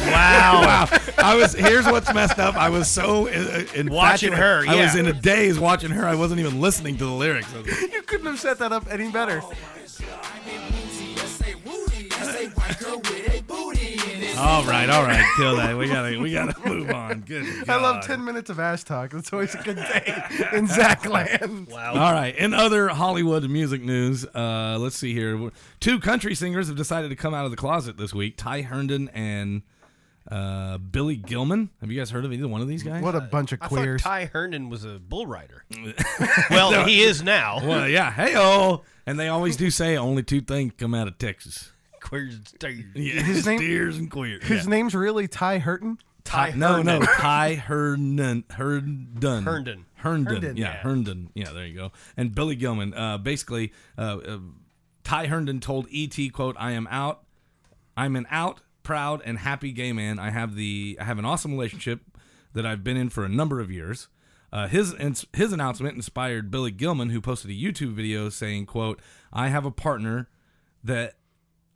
Wow. Wow. I was here's what's messed up. I was so uh, infatuated. Watching her, I was yeah. in a daze watching her. I wasn't even listening to the lyrics. I was like, you couldn't have set that up any better. Oh All right, all right, kill that. We gotta, we gotta move on. Good. I love God. 10 minutes of ass talk. That's always a good day in Zach land. All right. In other Hollywood music news, uh, let's see here. Two country singers have decided to come out of the closet this week. Ty Herndon and uh, Billy Gilman. Have you guys heard of either one of these guys? What a bunch of I queers. thought Ty Herndon was a bull rider. well, he is now. Uh, Well, yeah. Hey, oh. And they always do say only two things come out of Texas. Queers and steers. Yeah, His name- steers and queers. His name's really Ty Hurton. Ty, no, no, Ty Herndon, Herndon, Herndon. Herndon, Herndon, yeah, yeah. Herndon, yeah, there you go. And Billy Gilman, uh, basically, uh, uh, Ty Herndon told ET, "quote I am out, I'm an out, proud and happy gay man. I have the, I have an awesome relationship that I've been in for a number of years." Uh, his ins- his announcement inspired Billy Gilman, who posted a YouTube video saying, "quote I have a partner that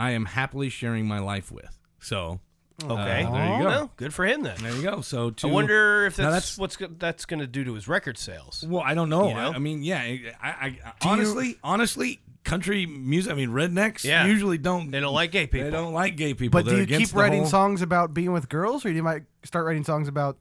I am happily sharing my life with." So. Okay, uh, there you go. Well, good for him then. There you go. So to, I wonder if Now that's, that's- what's go- that's going to do to his record sales. Well, I don't know. You know? I, I mean, yeah. I, I, I honestly, honestly, country music. I mean, rednecks Yeah. usually don't. They don't like gay people. They don't like gay people. But do They're you against keep the writing whole- songs about being with girls, or do you might start writing songs about?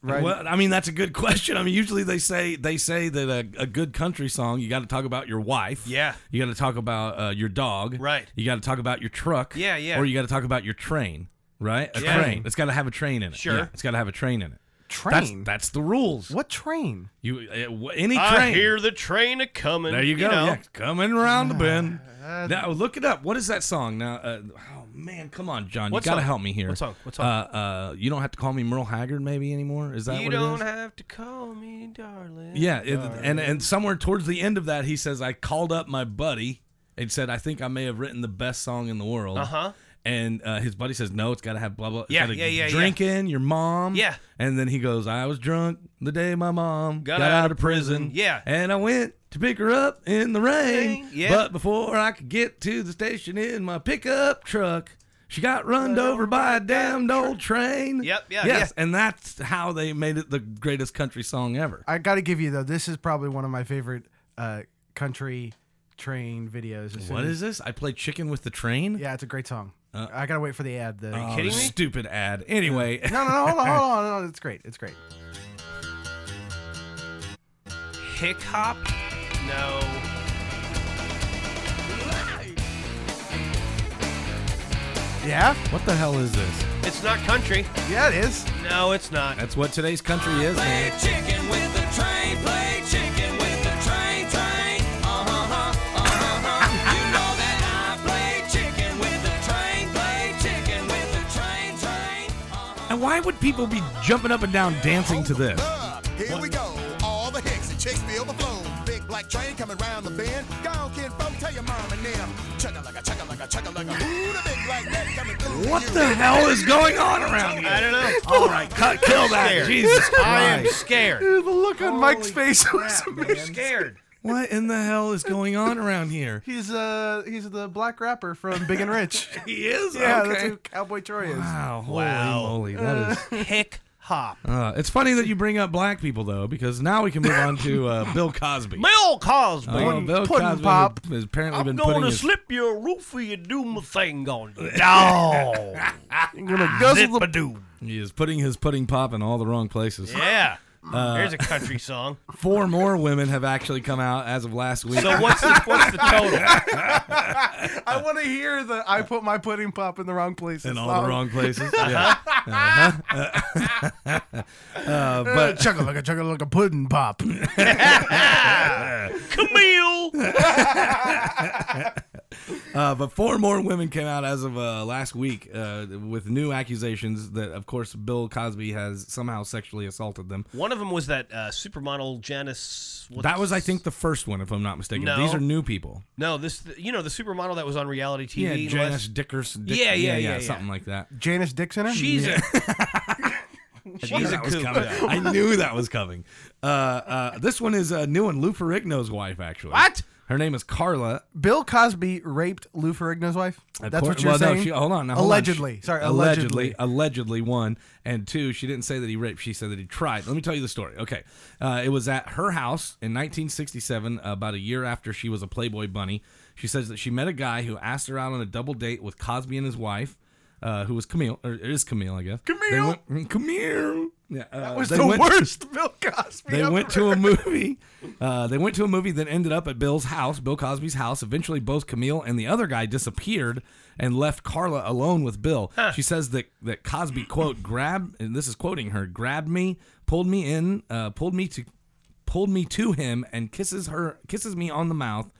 Right. Well, I mean, that's a good question. I mean, usually they say they say that a, a good country song, you got to talk about your wife. Yeah. You got to talk about uh, your dog. Right. You got to talk about your truck. Yeah, yeah. Or you got to talk about your train. Right. A Yeah. train. It's got to have a train in it. Sure. Yeah, it's got to have a train in it. That's train. that's the rules. what train? You uh, w- any train. I hear the train a coming. There you go. know. yeah, coming around the bend. now look it up. What is that song? Now, uh, oh man, come on, John, you What gotta song? help me here. What song? What song? Uh, uh, you don't have to call me Merle Haggard, maybe anymore. Is that You what it don't is? have to call me, darling. yeah, it- and and somewhere towards the end of that, he says, "I called up my buddy and said I think I may have written the best song in the world." Uh huh. And uh, his buddy says, "No, it's got to have blah blah. It's Yeah, gotta yeah, yeah, yeah. Drinking your mom. Yeah. And then he goes, "I was drunk the day my mom got, out, of prison. Yeah. And I went to pick her up in the rain. Rain, yeah. But before I could get to the station in my pickup truck." She got runned over by a damned old train. Yep, yeah, yes, yeah. and that's how they made it the greatest country song ever. I got to give you though. This is probably one of my favorite uh, country train videos. as soon What is as- Uh. this? I played Chicken with the Train. Yeah, it's a great song. I gotta wait for the ad. Though. Oh, kidding me? Stupid ad. Anyway, No, no, no, hold on, hold on, hold on. It's great. It's great. Hick hop? No. Yeah, what the hell is this? It's not country. yeah, it is. No, it's not. That's what today's country is, man. chicken with the train, play chicken with the train, train. Uh-huh, uh-huh. you know that I play chicken with the train, play chicken with the train, train. And why would people be jumping up and down dancing to this? Up. Here we go. All the hicks and chicks be overflown. Big black train coming round the bend. Go on, kid, folks, tell your mom and them. Chugga like a chugga like a chugga like a. Ooh, the big black neck coming through. for What you. the hell is going on around I here? don't know. All right, cut, kill that. Scared. Jesus I am Christ. scared. Dude, the look on Mike's face was amazing. Scared. What in the hell is going on around here? He's uh, he's the black rapper from Big and Rich. He is? yeah, that's okay. who Cowboy Troy is. Wow, holy Wow. moly. That is. Hick hop. Uh, it's funny that you bring up black people, though, because now we can move on to uh, Bill Cosby. Bill Cosby. Oh, Puddin- Bill puddin' Cosby pop. has apparently I'm been putting going to his slip you a roof for you do my thing on you. Dog. I'm gonna guzzle the Zip-a-doo. He is putting his pudding pop in all the wrong places. Yeah. Uh, There's a country song. Four more women have actually come out as of last week. So what's the, what's the total? I want to hear the I put my pudding pop in the wrong place. in all the wrong places. Yeah. Uh-huh. Uh, but Chugga like a chugga like a pudding pop. Camille. uh, but four more women came out as of uh, last week uh, with new accusations that, of course, Bill Cosby has somehow sexually assaulted them. One of them was that uh, supermodel Janice. what's- That was, I think, the first one, if I'm not mistaken. No. These are new people. No, this you know the supermodel that was on reality TV. Yeah, last- Janice Dickerson. Dick- Yeah, yeah, yeah, yeah. something like that. Janice Dixon. She's a she's a That was kook. coming. though. I knew that was coming. Uh, uh, this one is a new one, Lou Ferrigno's wife, actually. What? Her name is Carla, Bill Cosby raped Lou Ferrigno's wife. Of That's cour- what you're well, saying. No, she, hold on. Now, hold on. allegedly. She- Sorry, allegedly, Uh, allegedly allegedly. one and two. She didn't say that he raped. She said that he tried. Let me tell you the story. Okay, uh, it was at her house in 1967, about a year after she was a Playboy bunny. She says that she met a guy who asked her out on a double date with Cosby and his wife, uh, who was Camille, or it is Camille, I guess. Camille, Camille. Yeah, uh, That was they the went- worst Bill Cosby. they ever. went to a movie. Uh, they went to a movie that ended up at Bill's house, Bill Cosby's house. Eventually, both Camille and the other guy disappeared and left Carla alone with Bill. She says that that Cosby quote grabbed, and this is quoting her, grabbed me, pulled me in, uh, pulled me to, pulled me to him, and kisses her, kisses me on the mouth,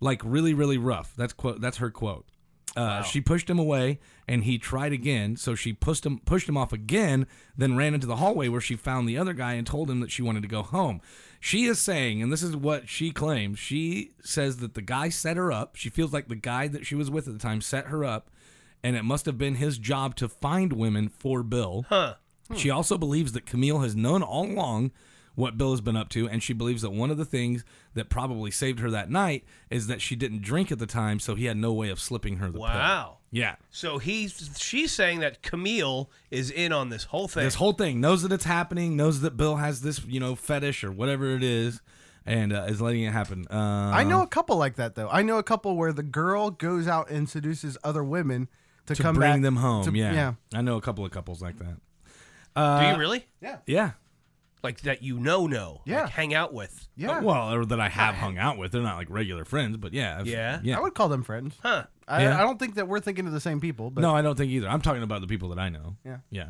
like really, really rough. That's quote. That's her quote. Uh, She pushed him away, and he tried again. So she pushed him, pushed him off again, then ran into the hallway where she found the other guy and told him that she wanted to go home. She is saying, and this is what she claims. She says that the guy set her up. She feels like the guy that she was with at the time set her up, and it must have been his job to find women for Bill. Huh. She also believes that Camille has known all along what Bill has been up to, and she believes that one of the things that probably saved her that night is that she didn't drink at the time, so he had no way of slipping her the pill. Wow. Yeah. So he's she's saying that Camille is in on this whole thing. This whole thing knows that it's happening, knows that Bill has this, you know, fetish or whatever it is, and uh, is letting it happen. Uh, I know a couple like that though. I know a couple where the girl goes out and seduces other women to, to come bring back- them home. to- yeah. yeah. I know a couple of couples like that. Do uh, you really? Yeah. Like that you know know. Yeah. Like hang out with. Yeah. Oh, Well, or that I have hung out with. They're not like regular friends, but yeah. I've- Yeah? Yeah. I would call them friends. Huh. I, Yeah. I don't think that we're thinking of the same people. But no, I don't think either. I'm talking about the people that I know. Yeah. Yeah.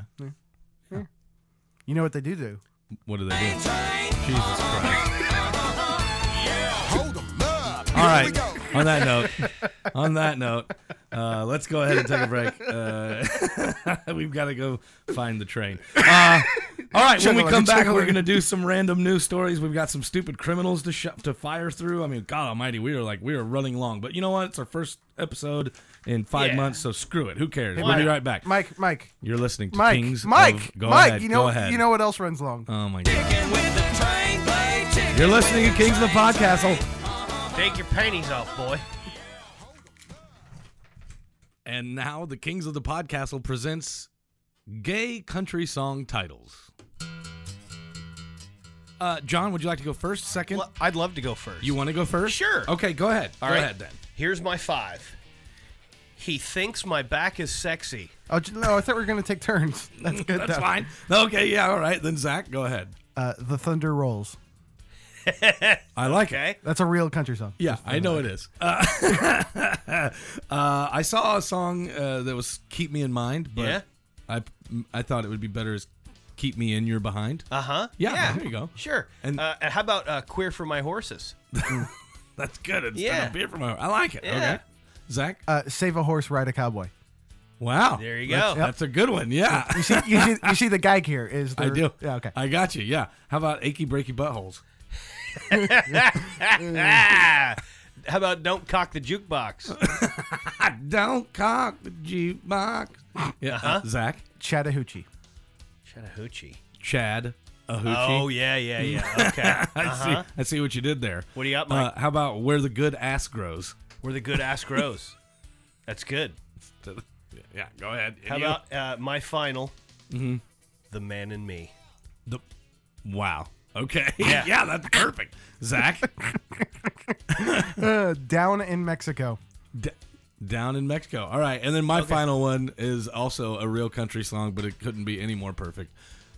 you know what they do do. What do they do? Jesus Uh-huh, Christ. Hold 'em up. All Here we right. go. On that note, on that note, uh, let's go ahead and take a break. Uh, we've got to go find the train. Uh, all right. When we come back, we're going to do some random news stories. We've got some stupid criminals to sh- to fire through. I mean, God Almighty, we are like we are running long. But you know what? It's our first episode in five Yeah. months, so screw it. Who cares? we'll be Mike. right back. Mike, Mike, You're listening to Mike, Kings. Mike, of- go Mike. ahead, you know, go ahead. you know what else runs long? Oh my God. Chicken with the train, play chicken. You're listening to Kings of the Podcast. Take your panties off, boy. And now the Kings of the Podcastle presents Gay Country Song Titles. Uh, John, would you like to go first? Second? Well, I'd love to go first. You want to go first? Sure. Okay, go ahead. All go right. ahead then. Here's my five. He thinks my back is sexy. Oh j- no, I thought we were gonna take turns. That's good. That's though. fine. Okay, yeah, all right. Then Zach, go ahead. Uh, the thunder rolls. I like it. Okay. That's a real country song. Yeah, I know it is. Uh, uh, I saw a song uh, that was "Keep Me in Mind," but Yeah. I I thought it would be better as "Keep Me in Your Behind." Uh huh. Yeah, there you go. Sure. And- And uh, and how about uh, queer for my horses? That's good. Instead Yeah. of beer from over. I like it. Yeah. Okay, Zach. Uh, save a horse, ride a cowboy. Wow. There you That's, go. that's a good one. Yeah. You see, you see, you see the gag here is. I their- do. Yeah. Okay. I got you. Yeah. How about achy breaky buttholes? Ah! How about don't cock the jukebox? I don't cock the jukebox. Yeah. Uh-huh. uh, Zach. Chattahoochee. Chattahoochee. Chad. Ahoochie. Oh yeah, yeah, yeah. Okay. I see. I see what you did there. What do you got, Mike? Uh, how about where the good ass grows? Where the good ass grows. That's good. Yeah. Go ahead. How You- about uh, my final? Mm-hmm. The man in me. the? Wow. Okay. Yeah. yeah that's perfect. Zach. Uh, down in Mexico. D- down in Mexico. All right, and then my final one is also a real country song, but it couldn't be any more perfect.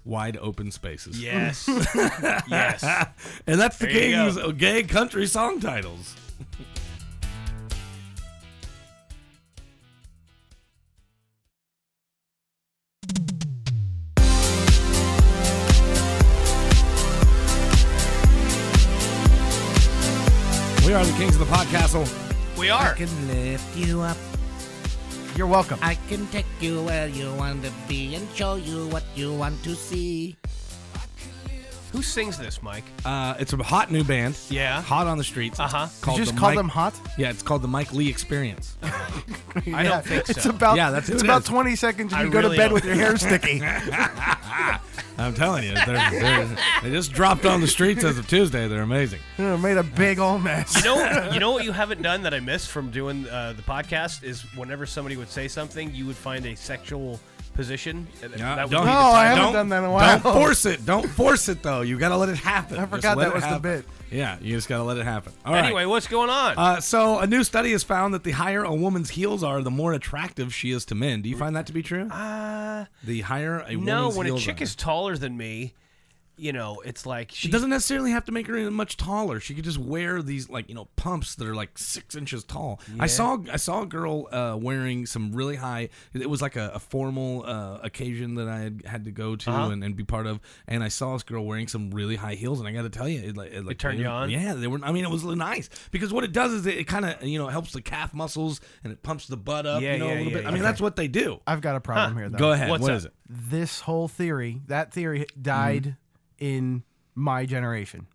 Wide open spaces. Yes. yes. and that's the There you king's go. gay country song titles. We are the kings of the podcastle. We are. lift you up. You're welcome. I can take you where you want to be and show you what you want to see. Who sings this, Mike? Uh, it's a hot new band. Yeah. Hot on the streets. Uh-huh. You Called just the call Mike- them hot. Yeah, it's called the Mike Lee Experience. I don't think so. It's about Yeah, that's who it's it about is. 20 seconds and I you go really to bed don't with your hair sticky. I'm telling you, they're, they're, they just dropped on the streets as of Tuesday. They're amazing. Uh, made a big old mess. You know, you know what you haven't done that I miss from doing uh, the podcast is whenever somebody would say something, you would find a sexual position. and Yeah, that would don't- be the No, I time. haven't Don't- done that in a while. Don't force it. Don't force it though. You gotta let it happen. I Just forgot let that it was the happen. bit. Yeah, you just gotta let it happen. All right. Anyway, what's going on? Uh, so a new study has found that the higher a woman's heels are, the more attractive she is to men. Do you find that to be true? Uh, The higher a no, woman's when a heels chick are. is taller than me, you know, it's like She doesn't necessarily have to make her any much taller. She could just wear these like you know pumps that are like six inches tall. Yeah. I saw I saw a girl uh, wearing some really high. It was like a, a formal uh, occasion that I had, had to go to Uh-huh. and, and be part of, and I saw this girl wearing some really high heels. And I got to tell you, it like it, like, turned you on? Yeah, they were. I mean, it was nice because what it does is it, it kind of you know helps the calf muscles and it pumps the butt up. Yeah, you know, yeah, a little yeah, bit. I mean, yeah. Uh, that's what they do. I've got a problem Huh. here, though. Go ahead. What's What up? is it? This whole theory, that theory died Mm-hmm. in my generation.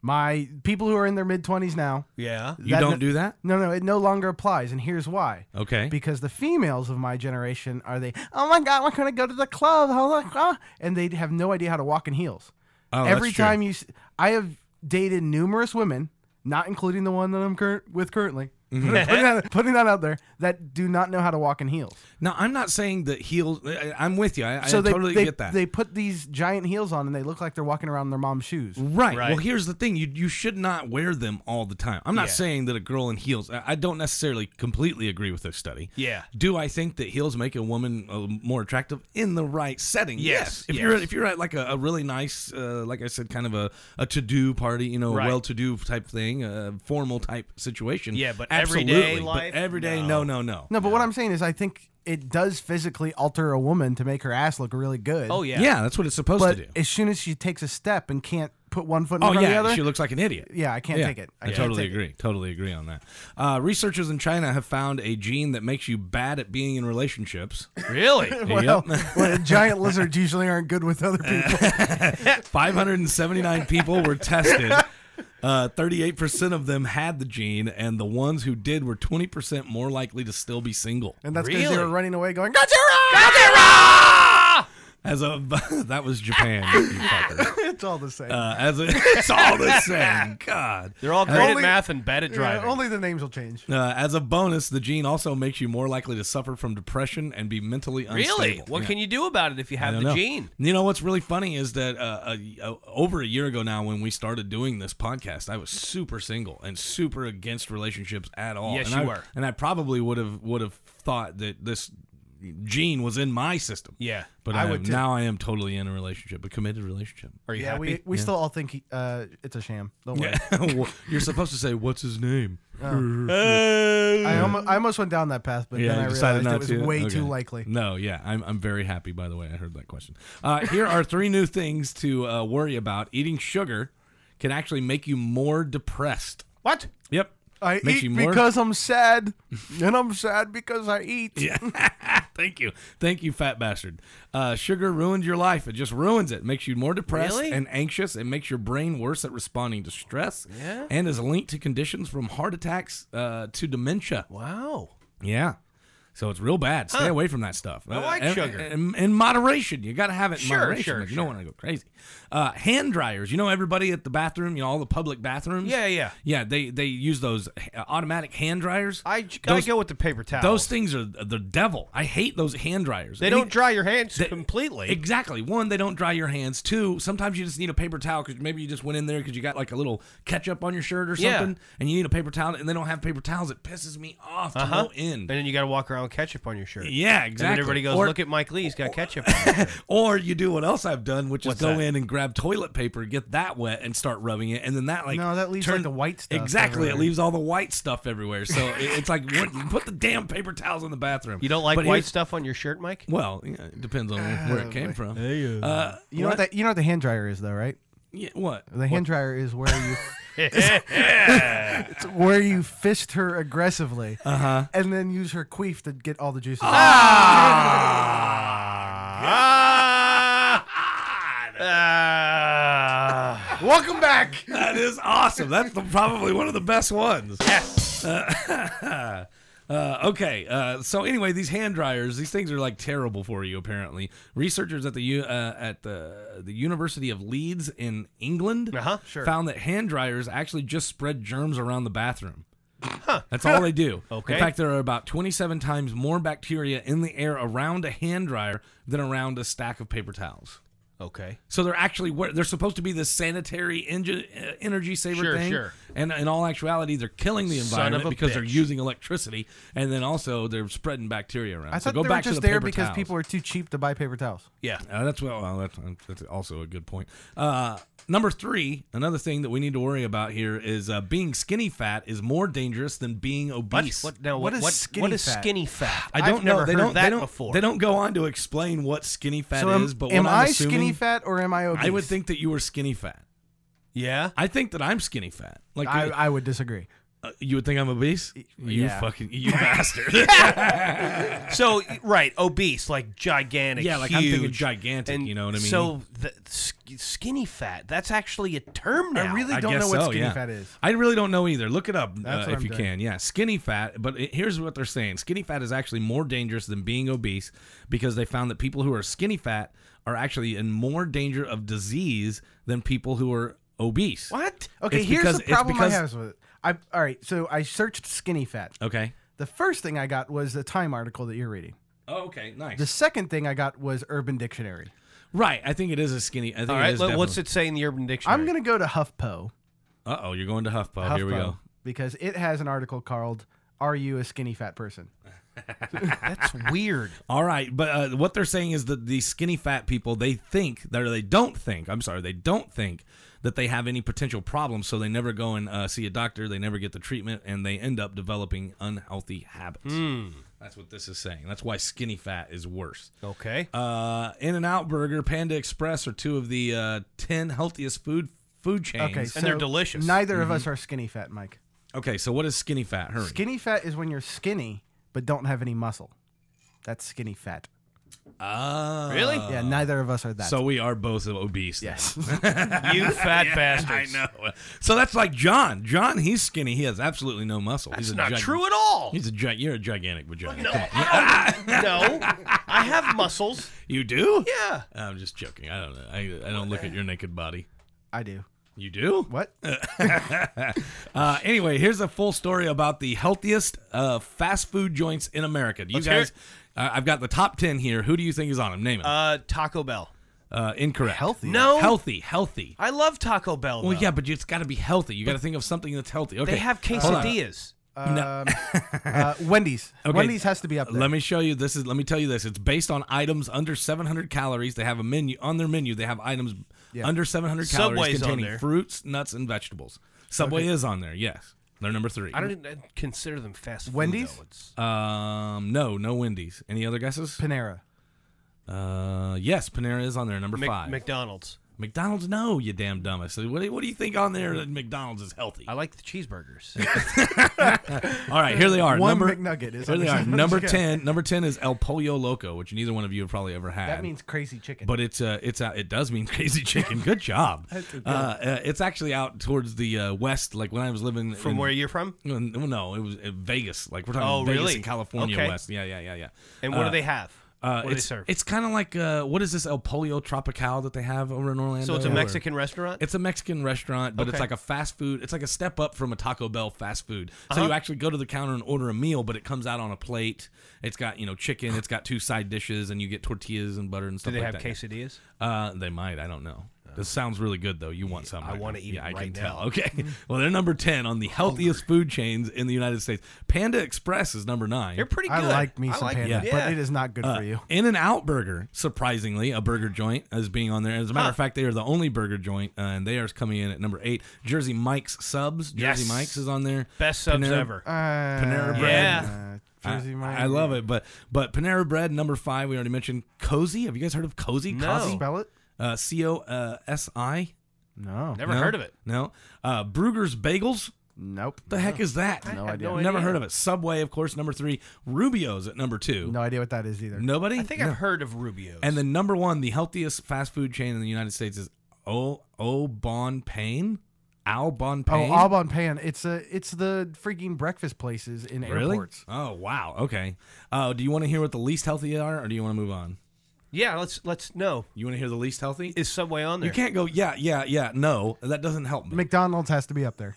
My people who are in their mid 20s now. Yeah. You don't do that? No, no, it no longer applies. And here's why. Okay. Because the females of my generation are they, oh my God, we're going to go to the club. Oh, look, ah," And they have no idea how to walk in heels. Oh, that's Every true. time you, s- I have dated numerous women, not including the one that I'm curr- with currently. Mhm. putting, that, putting that out there, that do not know how to walk in heels. Now I'm not saying that heels. I, I'm with you. I, I totally they, get that. They put these giant heels on and they look like they're walking around in their mom's shoes. Right. Well, here's the thing: you you should not wear them all the time. I'm not Yeah. saying that a girl in heels. I, I don't necessarily completely agree with this study. Yeah. Do I think that heels make a woman uh, more attractive in the right setting? Yes, If yes. you're if you're at like a, a really nice, uh, like I said, kind of a, a to do party, you know, Right. well to do type thing, a formal type situation. Yeah, but absolutely. everyday But life? every day, no, no, no. No, but what I'm saying is, I think it does physically alter a woman to make her ass look really good. Oh, yeah. Yeah, that's what it's supposed to But do. As soon as she takes a step and can't put one foot in Oh front of the yeah, other, she looks like an idiot. Yeah, I can't take it. I, I can't totally take it. agree. Totally agree on that. Uh, researchers in China have found a gene that makes you bad at being in relationships. Really? well, well, giant lizards usually aren't good with other people. 579 people were tested. Uh, 38% of them had the gene, and the ones who did were 20% more likely to still be single. And that's because they were running away going, Gotcha! As a that was Japan. you fucker. it's all the same. Uh, as a, it's all the same. God, They're all As- great at math and bad at Yeah, driving. only the names will change. Uh, as a bonus, the gene also makes you more likely to suffer from depression and be mentally unstable. Really? What Yeah. can you do about it if you I have the don't know. gene? You know what's really funny is that uh, a, a, over a year ago now, when we started doing this podcast, I was super single and super against relationships at all. Yes, and you I, were. and I probably would have would have thought that this gene was in my system. Yeah. but I I, would would too. now I am totally in a relationship, a committed relationship. Are yeah, we, we still all think he, uh, it's a sham. Don't worry. Well, You're supposed to say what's his name. I, almost, I almost went down that path, but yeah, then I you realized decided not it was to. way Okay. too likely. No, yeah, I'm, I'm very happy. By the way, I heard that question. Uh, here are three new things to uh, worry about. Eating sugar can actually make you more depressed. What? Yep, I Makes you eat more- because I'm sad, and I'm sad because I eat. Yeah. Thank you. Thank you, fat bastard. Uh, sugar ruins your life. It just ruins it. Makes you more depressed Really? and anxious. It makes your brain worse at responding to stress. Yeah. And is linked to conditions from heart attacks uh, to dementia. Wow. Yeah. So it's real bad. Stay away from that stuff. I like and- sugar. and- in moderation. You got to have it in Sure, moderation. sure, like, You sure. don't want to go crazy. Uh, hand dryers. You know everybody at the bathroom. You know all the public bathrooms. Yeah, yeah. Yeah. They they use those uh, automatic hand dryers. I j- gotta Those- go with the paper towels. Those things are the devil. I hate those hand dryers. they Any- don't dry your hands They- completely. Exactly. One, they don't dry your hands. Two, sometimes you just need a paper towel because maybe you just went in there because you got like a little ketchup on your shirt or Yeah. something, and you need a paper towel, and they don't have paper towels. It pisses me off to Uh-huh. no And end. then you gotta walk around with ketchup on your shirt. Yeah, And then exactly. everybody goes, Or- look at Mike Lee. He's got ketchup. on his shirt." Or you do what else I've done, which What's is go that? in and grab toilet paper, get that wet, and start rubbing it, and then that like No, that leaves, like, the white stuff Exactly, everywhere. it leaves all the white stuff everywhere. So it- it's like what, put the damn paper towels in the bathroom. You don't like But white here's- stuff on your shirt, Mike? Well, yeah, it depends on where it came from. Uh, You know what? that you know what the hand dryer is though, right? Yeah, what? The hand dryer is where you it's where you fist her aggressively, uh-huh. and then use her queef to get all the juices. out. Ah! Ah. Welcome back. That is awesome. That's the, probably one of the best ones. Yes. Uh, uh, okay, uh, so anyway, these hand dryers, these things are like terrible for you. Apparently, researchers at the U- uh, at the the University of Leeds in England Uh-huh, sure. found that hand dryers actually just spread germs around the bathroom. That's all they do. Okay. In fact, there are about 27 times more bacteria in the air around a hand dryer than around a stack of paper towels. Okay. So they're actually where they're supposed to be this sanitary engine, uh, energy saver Sure, thing. sure. And in all actuality, they're killing the Son of environment a because they're bitch. using electricity, and then also they're spreading bacteria around. I so thought go they back were just to the there paper because towels. people are too cheap to buy paper towels. Yeah, uh, that's well, well that's, that's also a good point. Uh, number three, another thing that we need to worry about here is uh, being skinny fat is more dangerous than being obese. What, now, What what, is what, skinny what is fat? skinny fat? Ah, I don't I've know. Never they heard don't. that they don't. before. They don't go on to explain what skinny fat am, is. But am what I'm I assuming, skinny fat or am I obese? I would think that you were skinny fat. Yeah. I think that I'm skinny fat. Like I, I would disagree. uh, you would think I'm obese. You yeah. fucking you bastard. So right, obese, like gigantic. Yeah, like I'm thinking huge. gigantic, you know what I mean? So the, sk- skinny fat. That's actually a term now. I really I don't guess know what so, skinny yeah. fat is. I really don't know either. Look it up uh, That's if what I'm you doing. can. Yeah, skinny fat. But it, here's what they're saying: skinny fat is actually more dangerous than being obese because they found that people who are skinny fat are actually in more danger of disease than people who are obese. What? Okay, It's here's because- the it's problem because- I have with it. I all right, so I searched skinny fat. Okay. The first thing I got was the Time article that you're reading. Oh, okay. Nice. The second thing I got was Urban Dictionary. right. I think it is a skinny. I think All it right. is let- what's it say in the Urban Dictionary? I'm gonna go to HuffPo. Uh oh, you're going to HuffPo. HuffPo Here we go. because it has an article called "Are You a Skinny Fat Person?" That's weird. All right, but uh, what they're saying is that the skinny fat people they think that or they don't think. I'm sorry, they don't think that they have any potential problems, so they never go and uh, see a doctor. They never get the treatment, and they end up developing unhealthy habits. Hmm. That's what this is saying. That's why skinny fat is worse. Okay. Uh, In and Out Burger, Panda Express are two of the uh, ten healthiest food food chains. Okay, so they're delicious. Neither Mm-hmm. of us are skinny fat, Mike. Okay, so what is skinny fat? Hurry. Skinny fat is when you're skinny but don't have any muscle. That's skinny fat. Ah. Really? yeah, neither of us are that. So we are both obese. then. yes, you fat bastard. I know. So that's like John. John, he's skinny. He has absolutely no muscle. he's It's a not gig- true at all. He's a giant. You're a gigantic vagina. No, I- no, I have muscles. You do? Yeah. I'm just joking. I don't know. I, I don't look at your naked body. I do. You do? What? Uh, anyway, here's a full story about the healthiest uh, fast food joints in America. Do you Let's hear guys, it. uh, I've got the top ten here. Who do you think is on them? Name it. Uh, Uh, Taco Bell. incorrect. Healthy. No. Healthy. Healthy. I love Taco Bell. Well, though. yeah, but it's got to be healthy. You got to think of something that's healthy. Okay. They have Hold on. quesadillas. Um, uh, Wendy's. Okay. Wendy's has to be up there. Let me show you. This is. Let me tell you this. It's based on items under 700 calories. They have a menu on their menu. They have items Yeah. under 700 calories Subway's on containing there. fruits, nuts, and vegetables. Subway is on there. Yes, they're number three. I don't even consider them fast food. Wendy's? though. It's- Um, no, no Wendy's. Any other guesses? Panera. Uh, yes, Panera is on there. Number Mc- five. McDonald's. McDonald's. No, you damn dumbass. What do, what do you think on there that McDonald's is healthy? I like the cheeseburgers. All right, here they are. One number McNugget is Here on they there. are. Let's Number go. ten. Number ten is El Pollo Loco, which neither one of you have probably ever had. That means crazy chicken. But it's uh, it's out, it does mean crazy chicken. Good job. Uh, uh, it's actually out towards the uh, west. Like when I was living From in- where you're from? No, no, it was in Vegas. Like we're talking Oh, Vegas really? in California Okay. west. Yeah, yeah, yeah, yeah. And what Uh, do they have? what Uh, do they it's serve? it's kind of like uh, what is this El Pollo Tropical that they have over in Orlando? so it's a Or- Mexican restaurant. It's a Mexican restaurant, but it's Okay. like a fast food. It's like a step up from a Taco Bell fast food. So you Uh-huh. actually go to the counter and order a meal, but it comes out on a plate. It's got you know chicken. It's got two side dishes, and you get tortillas and butter and do stuff they like have that. quesadillas? Uh, they might. I don't know. This sounds really good though. You want some? Uh, I right? wanna eat Yeah, it I can right tell. now. Okay. Well, they're number ten on the healthiest food chains in the United States. Panda Express is number nine. They're pretty I good. like me I some like- panda, yeah. but it is not good Uh, for you. In and Out Burger, surprisingly, a burger joint is being on there. As a matter of fact, they are the only burger joint, uh, and they are coming in at number eight. Jersey Mike's subs. Jersey Yes. Mike's is on there. Best subs Panera- ever. Uh, Panera Bread. Yeah. Uh, Jersey I, Mike's. I love it, but but Panera Bread number five. We already mentioned Cozy. Have you guys heard of Cozy? No. Cozy? Spell it? Uh, C O uh, S I. No. Never No? heard of it. No. Uh, Brugger's Bagels. Nope. The heck is that? No I had idea. no Never idea. heard of it. Subway, of course, number three. Rubio's at number two. No idea what that is either. Nobody. I think No. I've heard of Rubio's. And the number one, the healthiest fast food chain in the United States is O O Bon Pain. Al Bon Pain. Oh, Aubon Pan. It's a it's the freaking breakfast places in Really? airports. Oh wow. Okay. Uh, do you want to hear what the least healthy are, or do you want to move on? yeah, let's let's know. You want to hear the least healthy? Is Subway on there? You can't go. Yeah, yeah, yeah. No, that doesn't help me. McDonald's has to be up there.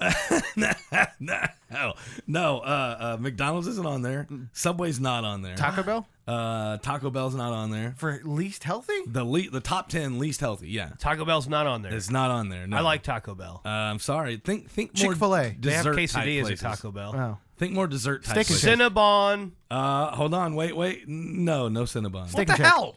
no, No, uh, uh, McDonald's isn't on there. Subway's not on there. Mm. Taco Bell? Uh, Taco Bell's not on there. For least healthy? The le- the top ten least healthy. Yeah. Taco Bell's not on there. It's not on there. No. I like Taco Bell. Uh, I'm sorry. Think think more Chick-fil-A. They have dessert type quesadillas at places. Taco Bell. Oh. Think more dessert type. Steak and places. shake. Cinnabon. Uh, hold on. Wait, wait. No, no Cinnabon. What Steak and the shake. hell?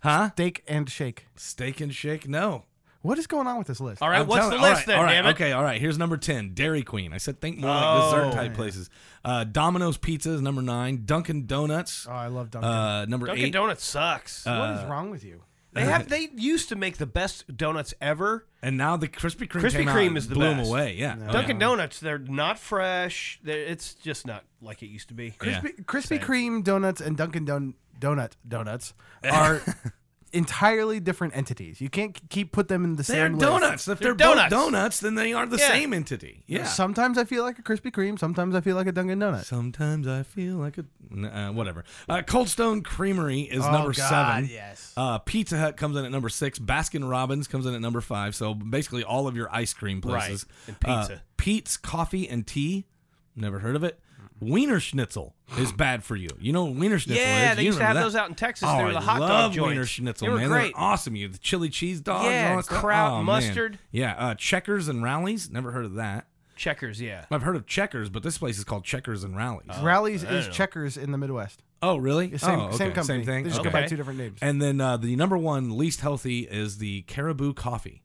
Huh? Steak and shake. Steak and shake. No. What is going on with this list? All right, I'm what's telling- the all list right, then, all right, damn it? Oh. Okay, all right. Here's number 10, Dairy Queen. I said think more like dessert type places. Uh, Domino's Pizza is number 9, Dunkin' Donuts. Oh, I love Dunkin'. Uh, number Dunkin' 8. Donuts sucks. Uh, what is wrong with you? they have they used to make the best donuts ever. and now the Krispy Kreme Krispy came out Kreme and is the blew 'em best. away. Yeah. Oh, Dunkin' yeah. Donuts, they're not fresh. They're, it's just not like it used to be. Yeah. Krispy, Krispy Kreme donuts and Dunkin' Don- Donut donuts are entirely different entities. You can't k- keep put them in the They're same donuts. If they're, They're both donuts. donuts, then they are the Yeah. same entity. Yeah. List. Sometimes I feel like a Krispy Kreme. Sometimes I feel like a Dunkin' Donut. Sometimes I feel like a n- uh, whatever. Uh, Cold Stone Creamery is Oh, number seven. Yes. Uh, Pizza Hut comes in at number six. Baskin Robbins comes in at number five. So basically, all of your ice cream places. Right, and pizza. Uh, Pete's Coffee and Tea. Never heard of it. Wiener Schnitzel is bad for you. You know what Wiener Schnitzel is. Yeah, they You used to have remember that. those out in Texas. Oh, they were the hot I love dog joints. Wiener Schnitzel, they were man. great. They're awesome. You the chili cheese dogs. Yeah, and all that stuff. kraut Oh, man. mustard. Yeah, uh, Checkers and Rallies. Never heard of that. Checkers, yeah. I've heard of Checkers, but this place is called Checkers and Rallies. Rallies is checkers in the Midwest. Oh, really? It's Same, oh, okay. same company. Same thing. They just Okay. go by two different names. And then uh, the number one least healthy is the Caribou Coffee,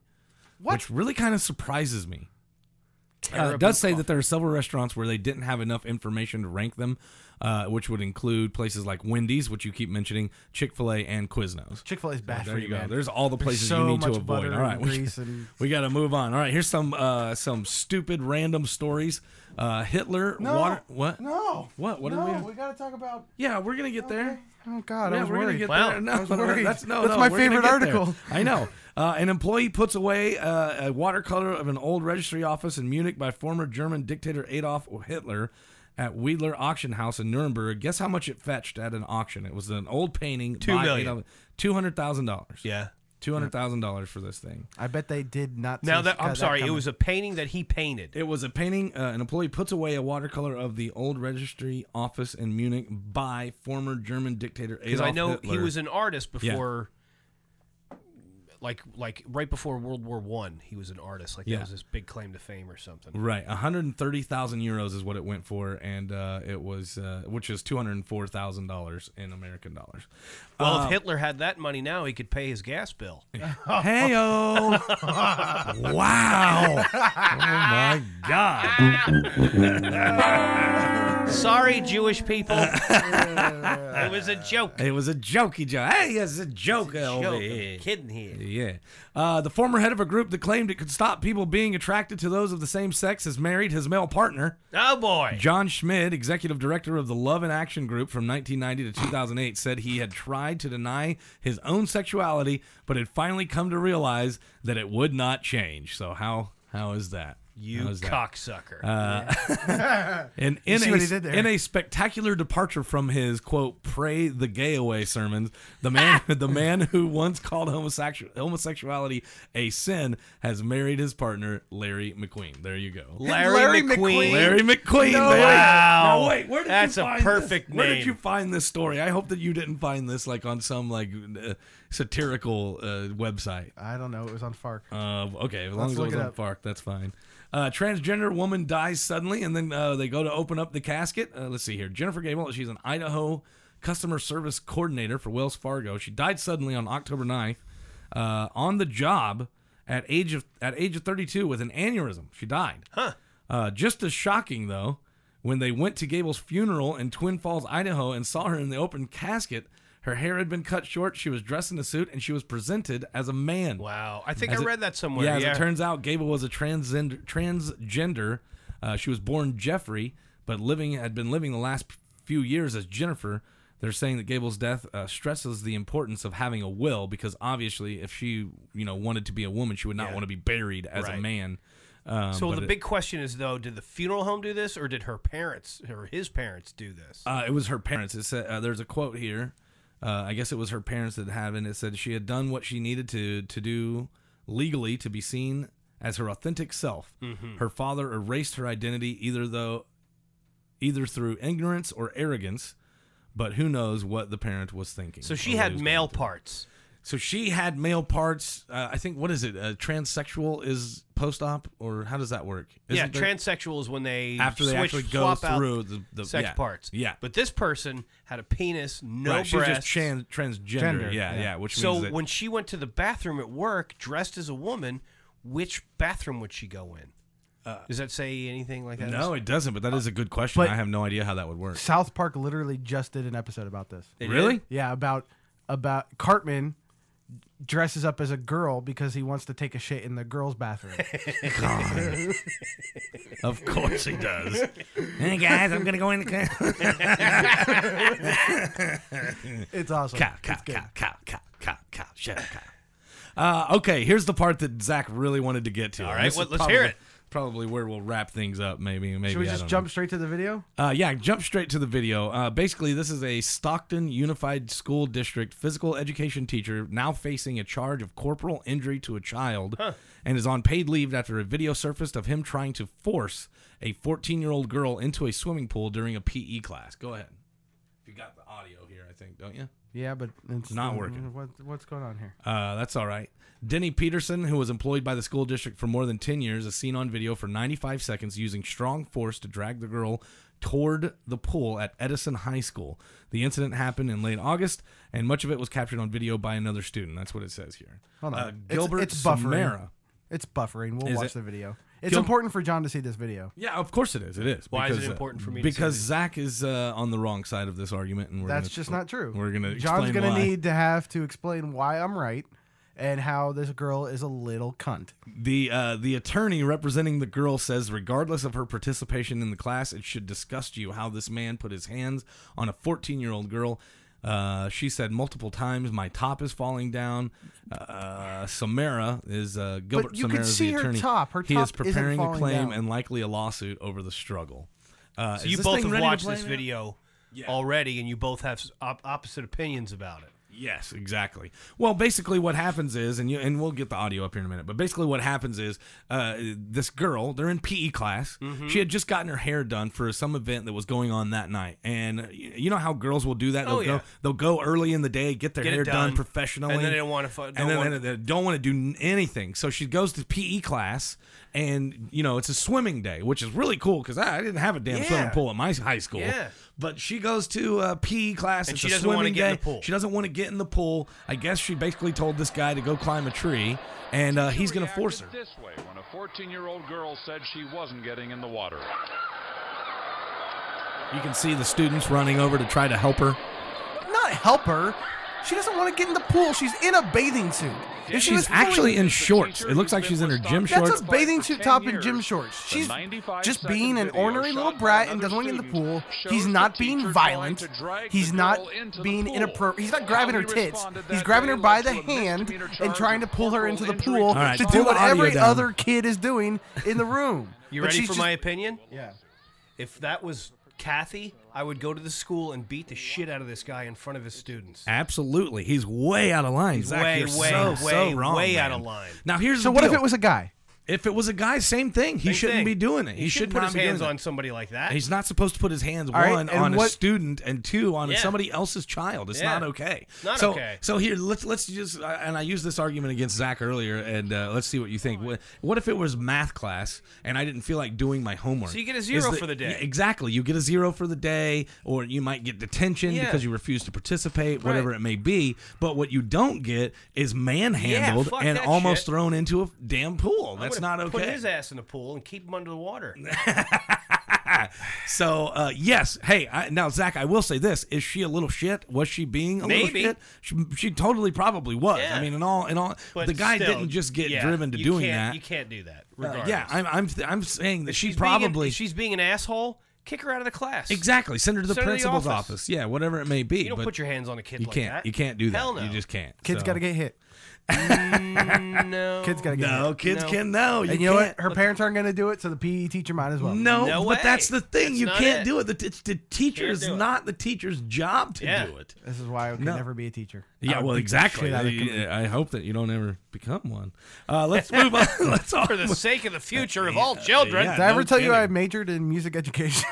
What? which really kind of surprises me. Uh, it does say that there are several restaurants where they didn't have enough information to rank them, uh, which would include places like Wendy's, which you keep mentioning, Chick Fil A, and Quiznos. Chick Fil A is bad there for you, you, go. man. There's all the There's places so you need to much avoid. butter All right, and we, grease and- we got to move on. All right, here's some uh, some stupid random stories. Uh, Hitler, No. water, what? No. What? What no, did we- we got to talk about. Yeah, we're gonna get there. Oh God, I Yeah, was we're gonna worried. get Wow. there. No, I was we're- worried. That's, no, That's no, my we're gonna favorite get there. article. I know. Uh, an employee puts away uh, a watercolor of an old registry office in Munich by former German dictator Adolf Hitler at Wedler Auction House in Nuremberg. Guess how much it fetched at an auction? It was an old painting. Two million. Two hundred thousand dollars. Yeah. Two hundred thousand dollars for this thing. I bet they did not. Now see that I'm that sorry, it coming. was a painting that he painted. It was a painting. Uh, an employee puts away a watercolor of the old registry office in Munich by former German dictator because Adolf I know he Hitler. was an artist Yeah. before, like like right before World War One, he was an artist. Like Yeah. that was his big claim to fame or something. Right, 130,000 euros is what it went for, and uh, it was, uh, which is $204,000 in American dollars. Well, uh, if Hitler had that money now, he could pay his gas bill. Hey, wow. Oh, my God. sorry, Jewish people, it was a joke. It was a jokey joke. Hey, it's a joke over joke. here. I'm kidding here. Yeah. Uh, the former head of a group that claimed it could stop people being attracted to those of the same sex has married his male partner. Oh boy. John Schmid, executive director of the Love and Action Group from 1990 to 2008, said he had tried to deny his own sexuality, but had finally come to realize that it would not change. So how how is that? You How is that? Uh, cocksucker. And in see a, what he did there? in a spectacular departure from his quote "pray the gay away" sermons, the man the man who once called homosexual homosexuality a sin has married his partner Larry McQueen. There you go. Larry, Larry McQueen. McQueen. Larry McQueen. No baby. way. Wow. Now, wait, where did That's you a find perfect this? Where did name. you find this story? I hope that you didn't find this like on some like uh, satirical uh, website. I don't know. It was on FARC. Uh, okay, as long Let's as it look was it on up. FARC, that's fine. Uh, transgender woman dies suddenly, and then uh, they go to open up the casket. Uh, let's see here. Jennifer Gable, she's an Idaho customer service coordinator for Wells Fargo. She died suddenly on October 9th uh, on the job at age of at age of 32 with an aneurysm. She died. Huh. Uh, just as shocking though, when they went to Gable's funeral in Twin Falls, Idaho, and saw her in the open casket. Her hair had been cut short. She was dressed in a suit, and she was presented as a man. Wow. I think As I it- read that somewhere. Yeah, Yeah. as it turns out, Gable was a transgender. transgender. Uh, she was born Jeffrey, but living had been living the last few years as Jennifer. They're saying that Gable's death uh, stresses the importance of having a will because obviously, if she you know wanted to be a woman, she would not want to be buried as a Right. man. Um, so but the it- big question is though, did the funeral home do this, or did her parents or his parents do this? Uh, it was her parents. It said uh, there's a quote here. Uh, I guess it was her parents that had it. It said she had done what she needed to to do legally to be Mm-hmm. seen as her authentic self. Her father erased her identity, either though either through ignorance or arrogance, but who knows what the parent was thinking. So she or what he had was male parts. So she had male parts. Uh, I think what is it? Uh, transsexual is post-op, or how does that work? yeah, Isn't there- transsexual is when they After they switch, actually go swap out through the- the- sex yeah. parts. Yeah. but this person had a penis, no Right, she was just breasts. tran- transgender. Gender, Yeah, yeah. yeah, which so means that- when she went to the bathroom at work dressed as a woman, which bathroom would she go in? Uh, Does that say anything like that? No, it doesn't. But that is a good question. But- I have no idea how that would work. South Park literally just did an episode about this. They did? Really? Yeah, about about Cartman dresses up as a girl because he wants to take a shit in the girls' bathroom. God. Of course he does. Hey guys, I'm gonna go in the car. it's awesome. Cow, cow, cow, cow, cow, cow, cow, shut up, cow. Uh, okay, here's the part that Zach really wanted to get to. All And right, this is well, let's hear probably- it. Probably where we'll wrap things up. Maybe, maybe. Should we I just don't know. jump straight to the video? Uh, yeah, jump straight to the video. Uh, basically, this is a Stockton Unified School District physical education teacher now facing a charge of corporal injury to a child and is on paid leave after a video surfaced of him trying to force a 14 year old girl into a swimming pool during a PE class. Go ahead. You got the audio here, I think, don't you? Yeah, but it's Not working. What, what's going on here? Uh, that's all right. Denny Peterson, who was employed by the school district for more than 10 years, is seen on video for 95 seconds using strong force to drag the girl toward the pool at Edison High School. The incident happened in late August, and much of it was captured on video by another student. That's what it says here. Hold on. Uh, It's- Gilbert it's, buffering. Samara. It's buffering. We'll Is watch it? the video. It's Gil- important for John to see this video. Yeah, of course it is. It is. Why is it uh, important for me to say Because this? Zach is uh, on the wrong side of this argument, and we're That's gonna- just not true. We're gonna. John's explain gonna why. need to have to explain why I'm right and how this girl is a little cunt. The uh, the attorney representing the girl says, regardless of her participation in the class, it should disgust you how this man put his hands on a 14 year old girl. Uh, she said multiple times, "My top is falling down." Uh, Samara is uh, Gilbert you Samara could is see the her attorney. top. Her he top is isn't preparing a falling claim down. and likely a lawsuit over the struggle. Uh, So is you this both thing have ready to watched play this now? video already, and you both have s- op- opposite opinions about it. Yes, exactly. Well, basically, what happens is, and you and we'll get the audio up here in a minute. But basically, what happens is, uh, this girl, they're in PE class. Mhm. She had just gotten her hair done for some event that was going on that night, and uh, y- you know how girls will do that. They'll Oh, yeah. go, they'll go early in the day, get their Get it hair done, done, professionally, and then they don't wanna fu- and don't then wanna- they they don't want to do n- anything. So she goes to PE class, and you know it's a swimming day, which is really cool because I, I didn't have a damn swimming Yeah. pool at my high school. Yeah. But she goes to uh, PE class. And it's she a doesn't wanna swimming get in day. the pool. She doesn't want to get in the pool. I guess she basically told this guy to go climb a tree, and uh, he's going to force her. This way, when a 14 year old girl said she wasn't getting in the water. You can see the students running over to try to help her. Not help her. She doesn't want to get in the pool. She's in a bathing suit. If she she's was actually fully- in shorts. It looks like she's in her gym shorts. That's a bathing suit top and gym shorts. She's just being an ornery little brat and doesn't want to get in the pool. He's not being violent. He's not being inappropriate. He's not grabbing her tits. He's grabbing her by the hand and trying to pull her into the pool All right, to pull do the what audio every down. other kid is doing in the room. You But ready she's for just- my opinion? Yeah. If that was Kathy, I would go to the school and beat the shit out of this guy in front of his students. Absolutely, he's way out of line. He's Zach, way, you're way, so, so way, wrong, way out man. of line. Now here's So the what if deal. it was a guy? If it was a guy, same thing. He Same shouldn't thing. be doing it. He, should shouldn't put not his be hands doing on somebody like that. that. He's not supposed to put his hands All right, one and on a what- student and two on Yeah. somebody else's child. It's Yeah. not okay. It's not so, okay. So here, let's let's just I- and I used this argument against Zach earlier, and uh, let's see what you think. What, what if it was math class and I didn't feel like doing my homework? So you get a zero Is for the day. Yeah, exactly. You get a zero for the day, or you might get detention Yeah. because you refuse to participate, whatever it may be. But what you don't get is manhandled fuck and that almost shit. thrown into a damn pool. I'm That's gonna not okay. Put his ass in the pool and keep him under the water. So uh, yes, hey, I, now Zach, I will say this: Is she a little shit? Was she being a Maybe. little shit? She, she totally probably was. I Yeah. mean, in all, in all, But the guy still, didn't just get yeah, driven to you doing can't- that. You can't do that. Uh, Regardless. yeah, I'm, I'm, I'm saying that If she she's being an- probably if she's being an asshole. Kick her out of the class. exactly send her to the Send her to the principal's office. office. Yeah, whatever it may be. You don't but put your hands on a kid You like can't. that. You can't do that. Hell no. You just can't. Kids So- got to get hit. no. Kids got to get No, hit. kids No. can- no, you and you know can't. what? Her parents aren't going to do it, so the PE teacher might as well. No, but that's the thing. That's you not can't it. do it. The, t- it's the teacher Can't is do it. not the teacher's job to do it. This is why I could No. never be a teacher. Yeah, I well, beat the exactly. shit out of Yeah, Khalid. I hope that you don't ever become one. Uh, let's move on. let's all for the sake of the future of all children. Yeah, Did I no ever tell you kidding. I majored in music education?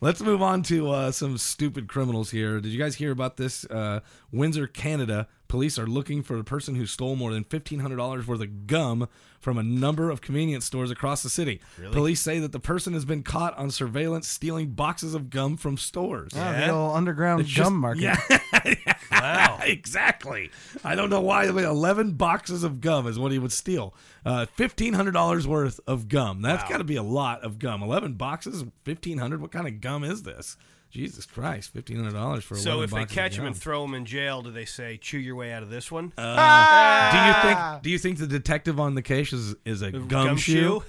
Let's move on to uh, some stupid criminals here. Did you guys hear about this? Uh, Windsor, Canada, police are looking for a person who stole more than fifteen hundred dollars worth of gum from a number of convenience stores across the city. Really? Police say that the person has been caught on surveillance stealing boxes of gum from stores. Ah, the old underground It's gum just- market. Yeah. wow. Exactly. I don't know why. I mean, 11 boxes of gum is what he would steal. Uh, $1,500 worth of gum. That's got to be a lot of gum. 11 boxes, 1500 What kind of gum is this? Jesus Christ, $1,500 for So 11 if they boxes of catch him gum. and throw him in jail, do they say chew your way out of this one? Uh, Do you think? Do you think the detective on the case is is a gumshoe?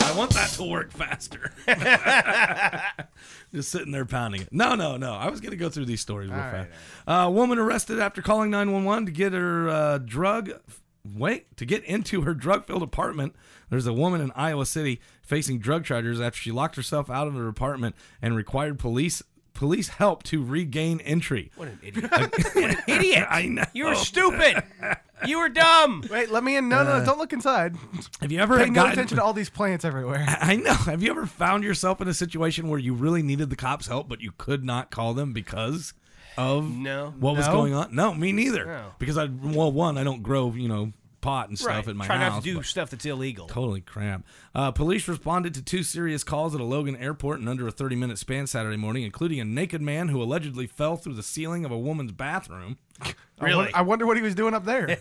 I want that to work faster. Just sitting there pounding it. No, no, no. I was going to go through these stories real All right, fast. Uh, woman arrested after calling 911 to get her uh, drug. Wait, to get into her drug filled apartment. There's a woman in Iowa City facing drug charges after she locked herself out of her apartment and required police police help to regain entry. What an idiot. Idiot! I know. You were stupid. you were dumb. Wait, let me in. No, no, Uh, don't look inside. Have you ever Pay no gotten- attention to all these plants everywhere. I know. Have you ever found yourself in a situation where you really needed the cops' help, but you could not call them because of no what was No. going on? No, me neither. No. Because I well, one, I don't grow you know pot and stuff Right. at my Try house. not to do but- stuff that's illegal. Totally crap. Uh, police responded to two serious calls at a Logan airport in under a 30 minute span Saturday morning, including a naked man who allegedly fell through the ceiling of a woman's bathroom. I won- I wonder what he was doing up there.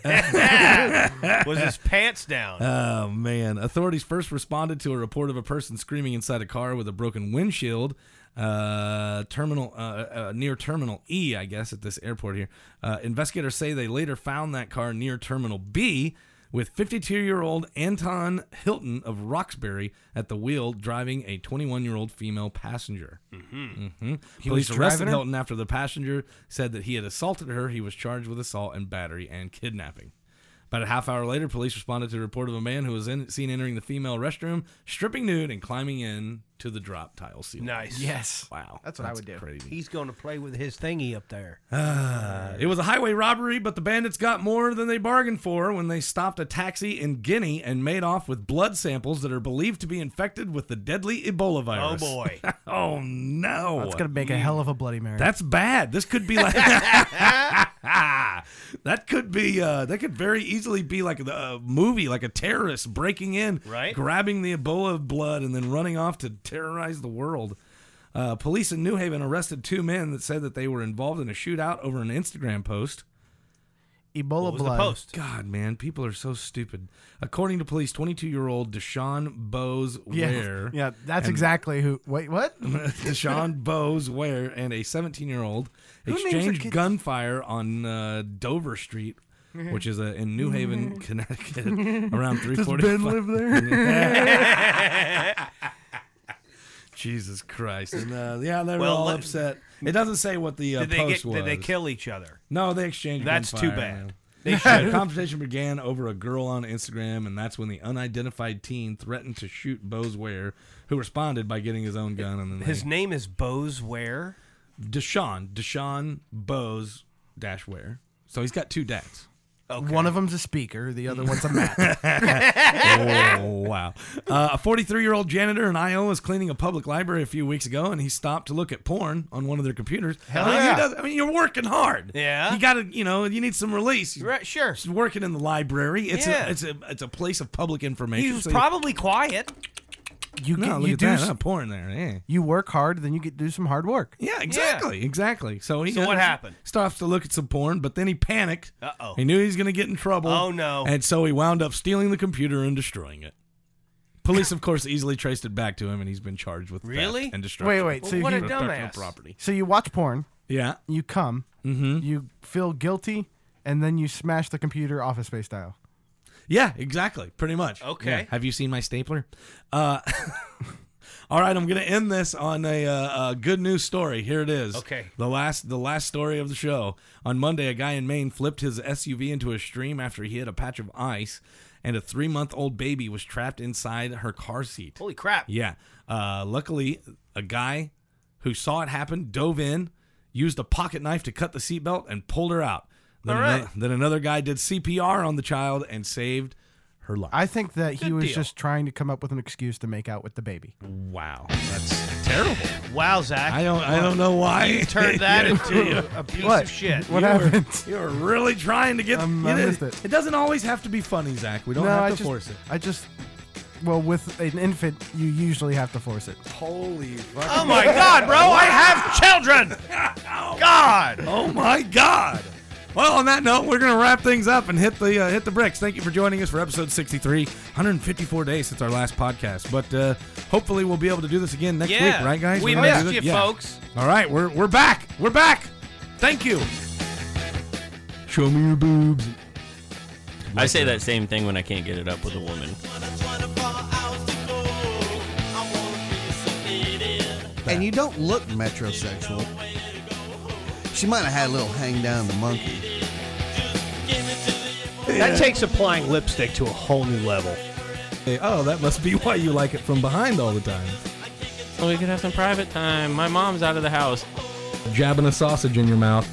was his pants down? Oh man! Authorities first responded to a report of a person screaming inside a car with a broken windshield. Uh, terminal uh, uh, near Terminal E, I guess, at this airport here. Uh, investigators say they later found that car near Terminal B with 52-year-old Anton Hilton of Roxbury at the wheel, driving a 21-year-old female passenger. Mhm. hmm He Police was arrested driving her? Hilton after the passenger said that he had assaulted her. He was charged with assault and battery and kidnapping. About a half hour later, police responded to a report of a man who was in, seen entering the female restroom, stripping nude and climbing in to the drop tile ceiling. Nice. Wow. Crazy. He's going to play with his thingy up there. Ah, it was a highway robbery, but the bandits got more than they bargained for when they stopped a taxi in Guinea and made off with blood samples that are believed to be infected with the deadly Ebola virus. boy. oh no! That's gonna make a hell of a Bloody Mary. That's bad. This could be like that could be uh, that could very easily be like the uh, movie, like a terrorist breaking in, Right. grabbing the Ebola blood and then running off to terrorize the world. Uh, police in New Haven arrested two men that said that they were involved in a shootout over an Instagram post. Ebola What was the blood. post? God, man, people are so stupid. According to police, 22-year-old Deshaun Bowes Yeah, Ware, yeah, that's and- exactly who. Wait, what? Deshaun Bowes Ware and a 17 year old Who names their exchanged kids- gunfire on uh, Dover Street, which is uh, in New Haven, Connecticut, around 3:45. Does Ben live there? Jesus Christ! And uh, yeah, they were Well, all let- upset. It doesn't say what the uh, did they post get? was. Did they kill each other? No, they exchanged. That's too gunfire, bad. man. They the should. confrontation began over a girl on Instagram, and that's when the unidentified teen threatened to shoot Bose Ware, who responded by getting his own gun. And then His they- name is Bose Ware. Deshaun, Deshaun Bose Dash Ware. So he's got two dads. One of them's a speaker. The other one's a oh, map. wow. Uh, a 43 year old janitor in Iowa was cleaning a public library a few weeks ago and he stopped to look at porn on one of their computers. Hell I mean, yeah. who does- I mean, you're working hard. Yeah. You got to, you know, you need some release. Right, sure. Just working in the library. It's, Yeah. a, it's, a, it's a place of public information. He was so you- probably quiet. You No, get, look you at do that, s- huh? porn there. Yeah. You work hard, then you get to do some hard work. Yeah, exactly, exactly. So he So what uh, happened? Stops to look at some porn, but then he panicked. Uh-oh. He knew he was going to get in trouble. Oh, no. And so he wound up stealing the computer and destroying it. Police, of course, easily traced it back to him, and he's been charged with theft Really? and Wait, destruction. wait. So you, Destruction of Property. So you watch porn. Yeah. You come. Mm-hmm. You feel guilty, and then you smash the computer Office Space style. Yeah, exactly. Pretty much. Okay. Yeah. Have you seen my stapler? Uh, all right, I'm going to end this on a, uh, a good news story. Here it is. Okay. The last the last story of the show. On Monday, a guy in Maine flipped his SUV into a stream after he hit a patch of ice, and a three month old baby was trapped inside her car seat. Holy crap! Yeah. Uh, luckily, a guy who saw it happen, dove in, used a pocket knife to cut the seatbelt, and pulled her out. Then, All right. another, then another guy did CPR on the child and saved her life. I think that he Good was deal. just trying to come up with an excuse to make out with the baby. Wow, that's terrible. Wow, Zach. I don't. I don't know why You turned that Yeah. into a piece What? of shit. What You were- happened? you were really trying to get. Um, you I did- missed it. doesn't always have to be funny, Zach. We don't no, have I to just, force it. I just, well, with an infant, you usually have to force it. Holy fuck! Oh my God, bro! I have children. God. Oh my God! Well, on that note, we're gonna wrap things up and hit the uh, hit the bricks. Thank you for joining us for episode 63. 154 days since our last podcast, but uh, hopefully we'll be able to do this again next Yeah. week, right, guys? We We're gonna missed do this- you, folks. All right, we're we're back. We're back. Thank you. Show me your boobs. I say that same thing when I can't get it up with a woman. And you don't look metrosexual. She might have had a little hang down the monkey. That takes applying lipstick to a whole new level. Hey, oh, that must be why you like it from behind all the time. Well, we could have some private time. My mom's out of the house. Jabbing a sausage in your mouth.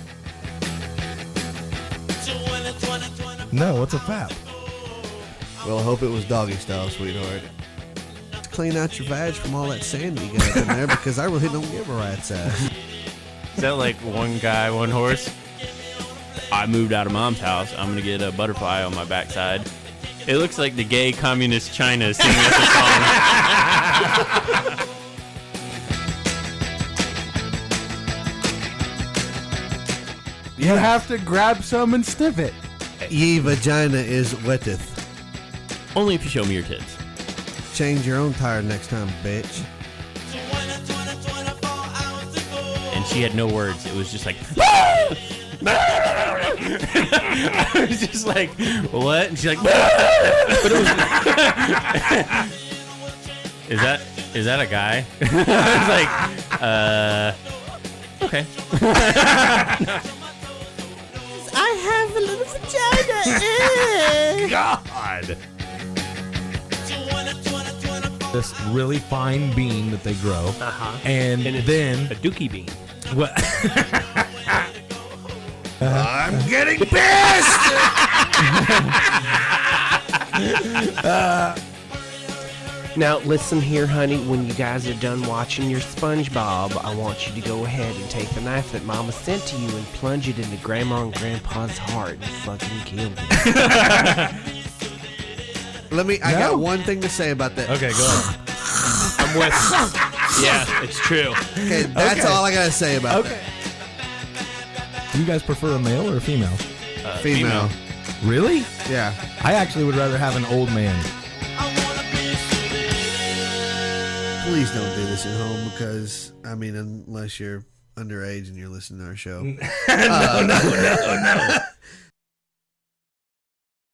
No, what's a fap? Well, I hope it was doggy style, sweetheart. Clean out your vag from all that sand you got up in there because I really don't give a rat's ass. Is that like one guy, one horse? I moved out of mom's house. I'm gonna get a butterfly on my backside. It looks like the gay communist China is singing us a song. You have to grab some and sniff it. Ye vagina is wetteth. Only if you show me your tits. Change your own tire next time, bitch. and she had no words. It was just like. I was just like, what? And she's like, but it was. is that is that a guy? I was like, uh, okay. I have a little vagina. God. This really fine bean that they grow, uh-huh. and, then a dookie bean. What? I'm getting pissed. Now, listen here, honey. When you guys are done watching your SpongeBob, I want you to go ahead and take the knife that Mama sent to you and plunge it into Grandma and Grandpa's heart and fucking kill them. Let me. I got one thing to say about that. Okay, go on. I'm with. Yeah, it's true. Okay, that's Okay. all I gotta say about Okay. Do you guys prefer a male or a female? Uh, female. Really? Yeah. I actually would rather have an old man. that. Please don't do this at home because I mean, unless you're underage and you're listening to our show. no, no, no, no.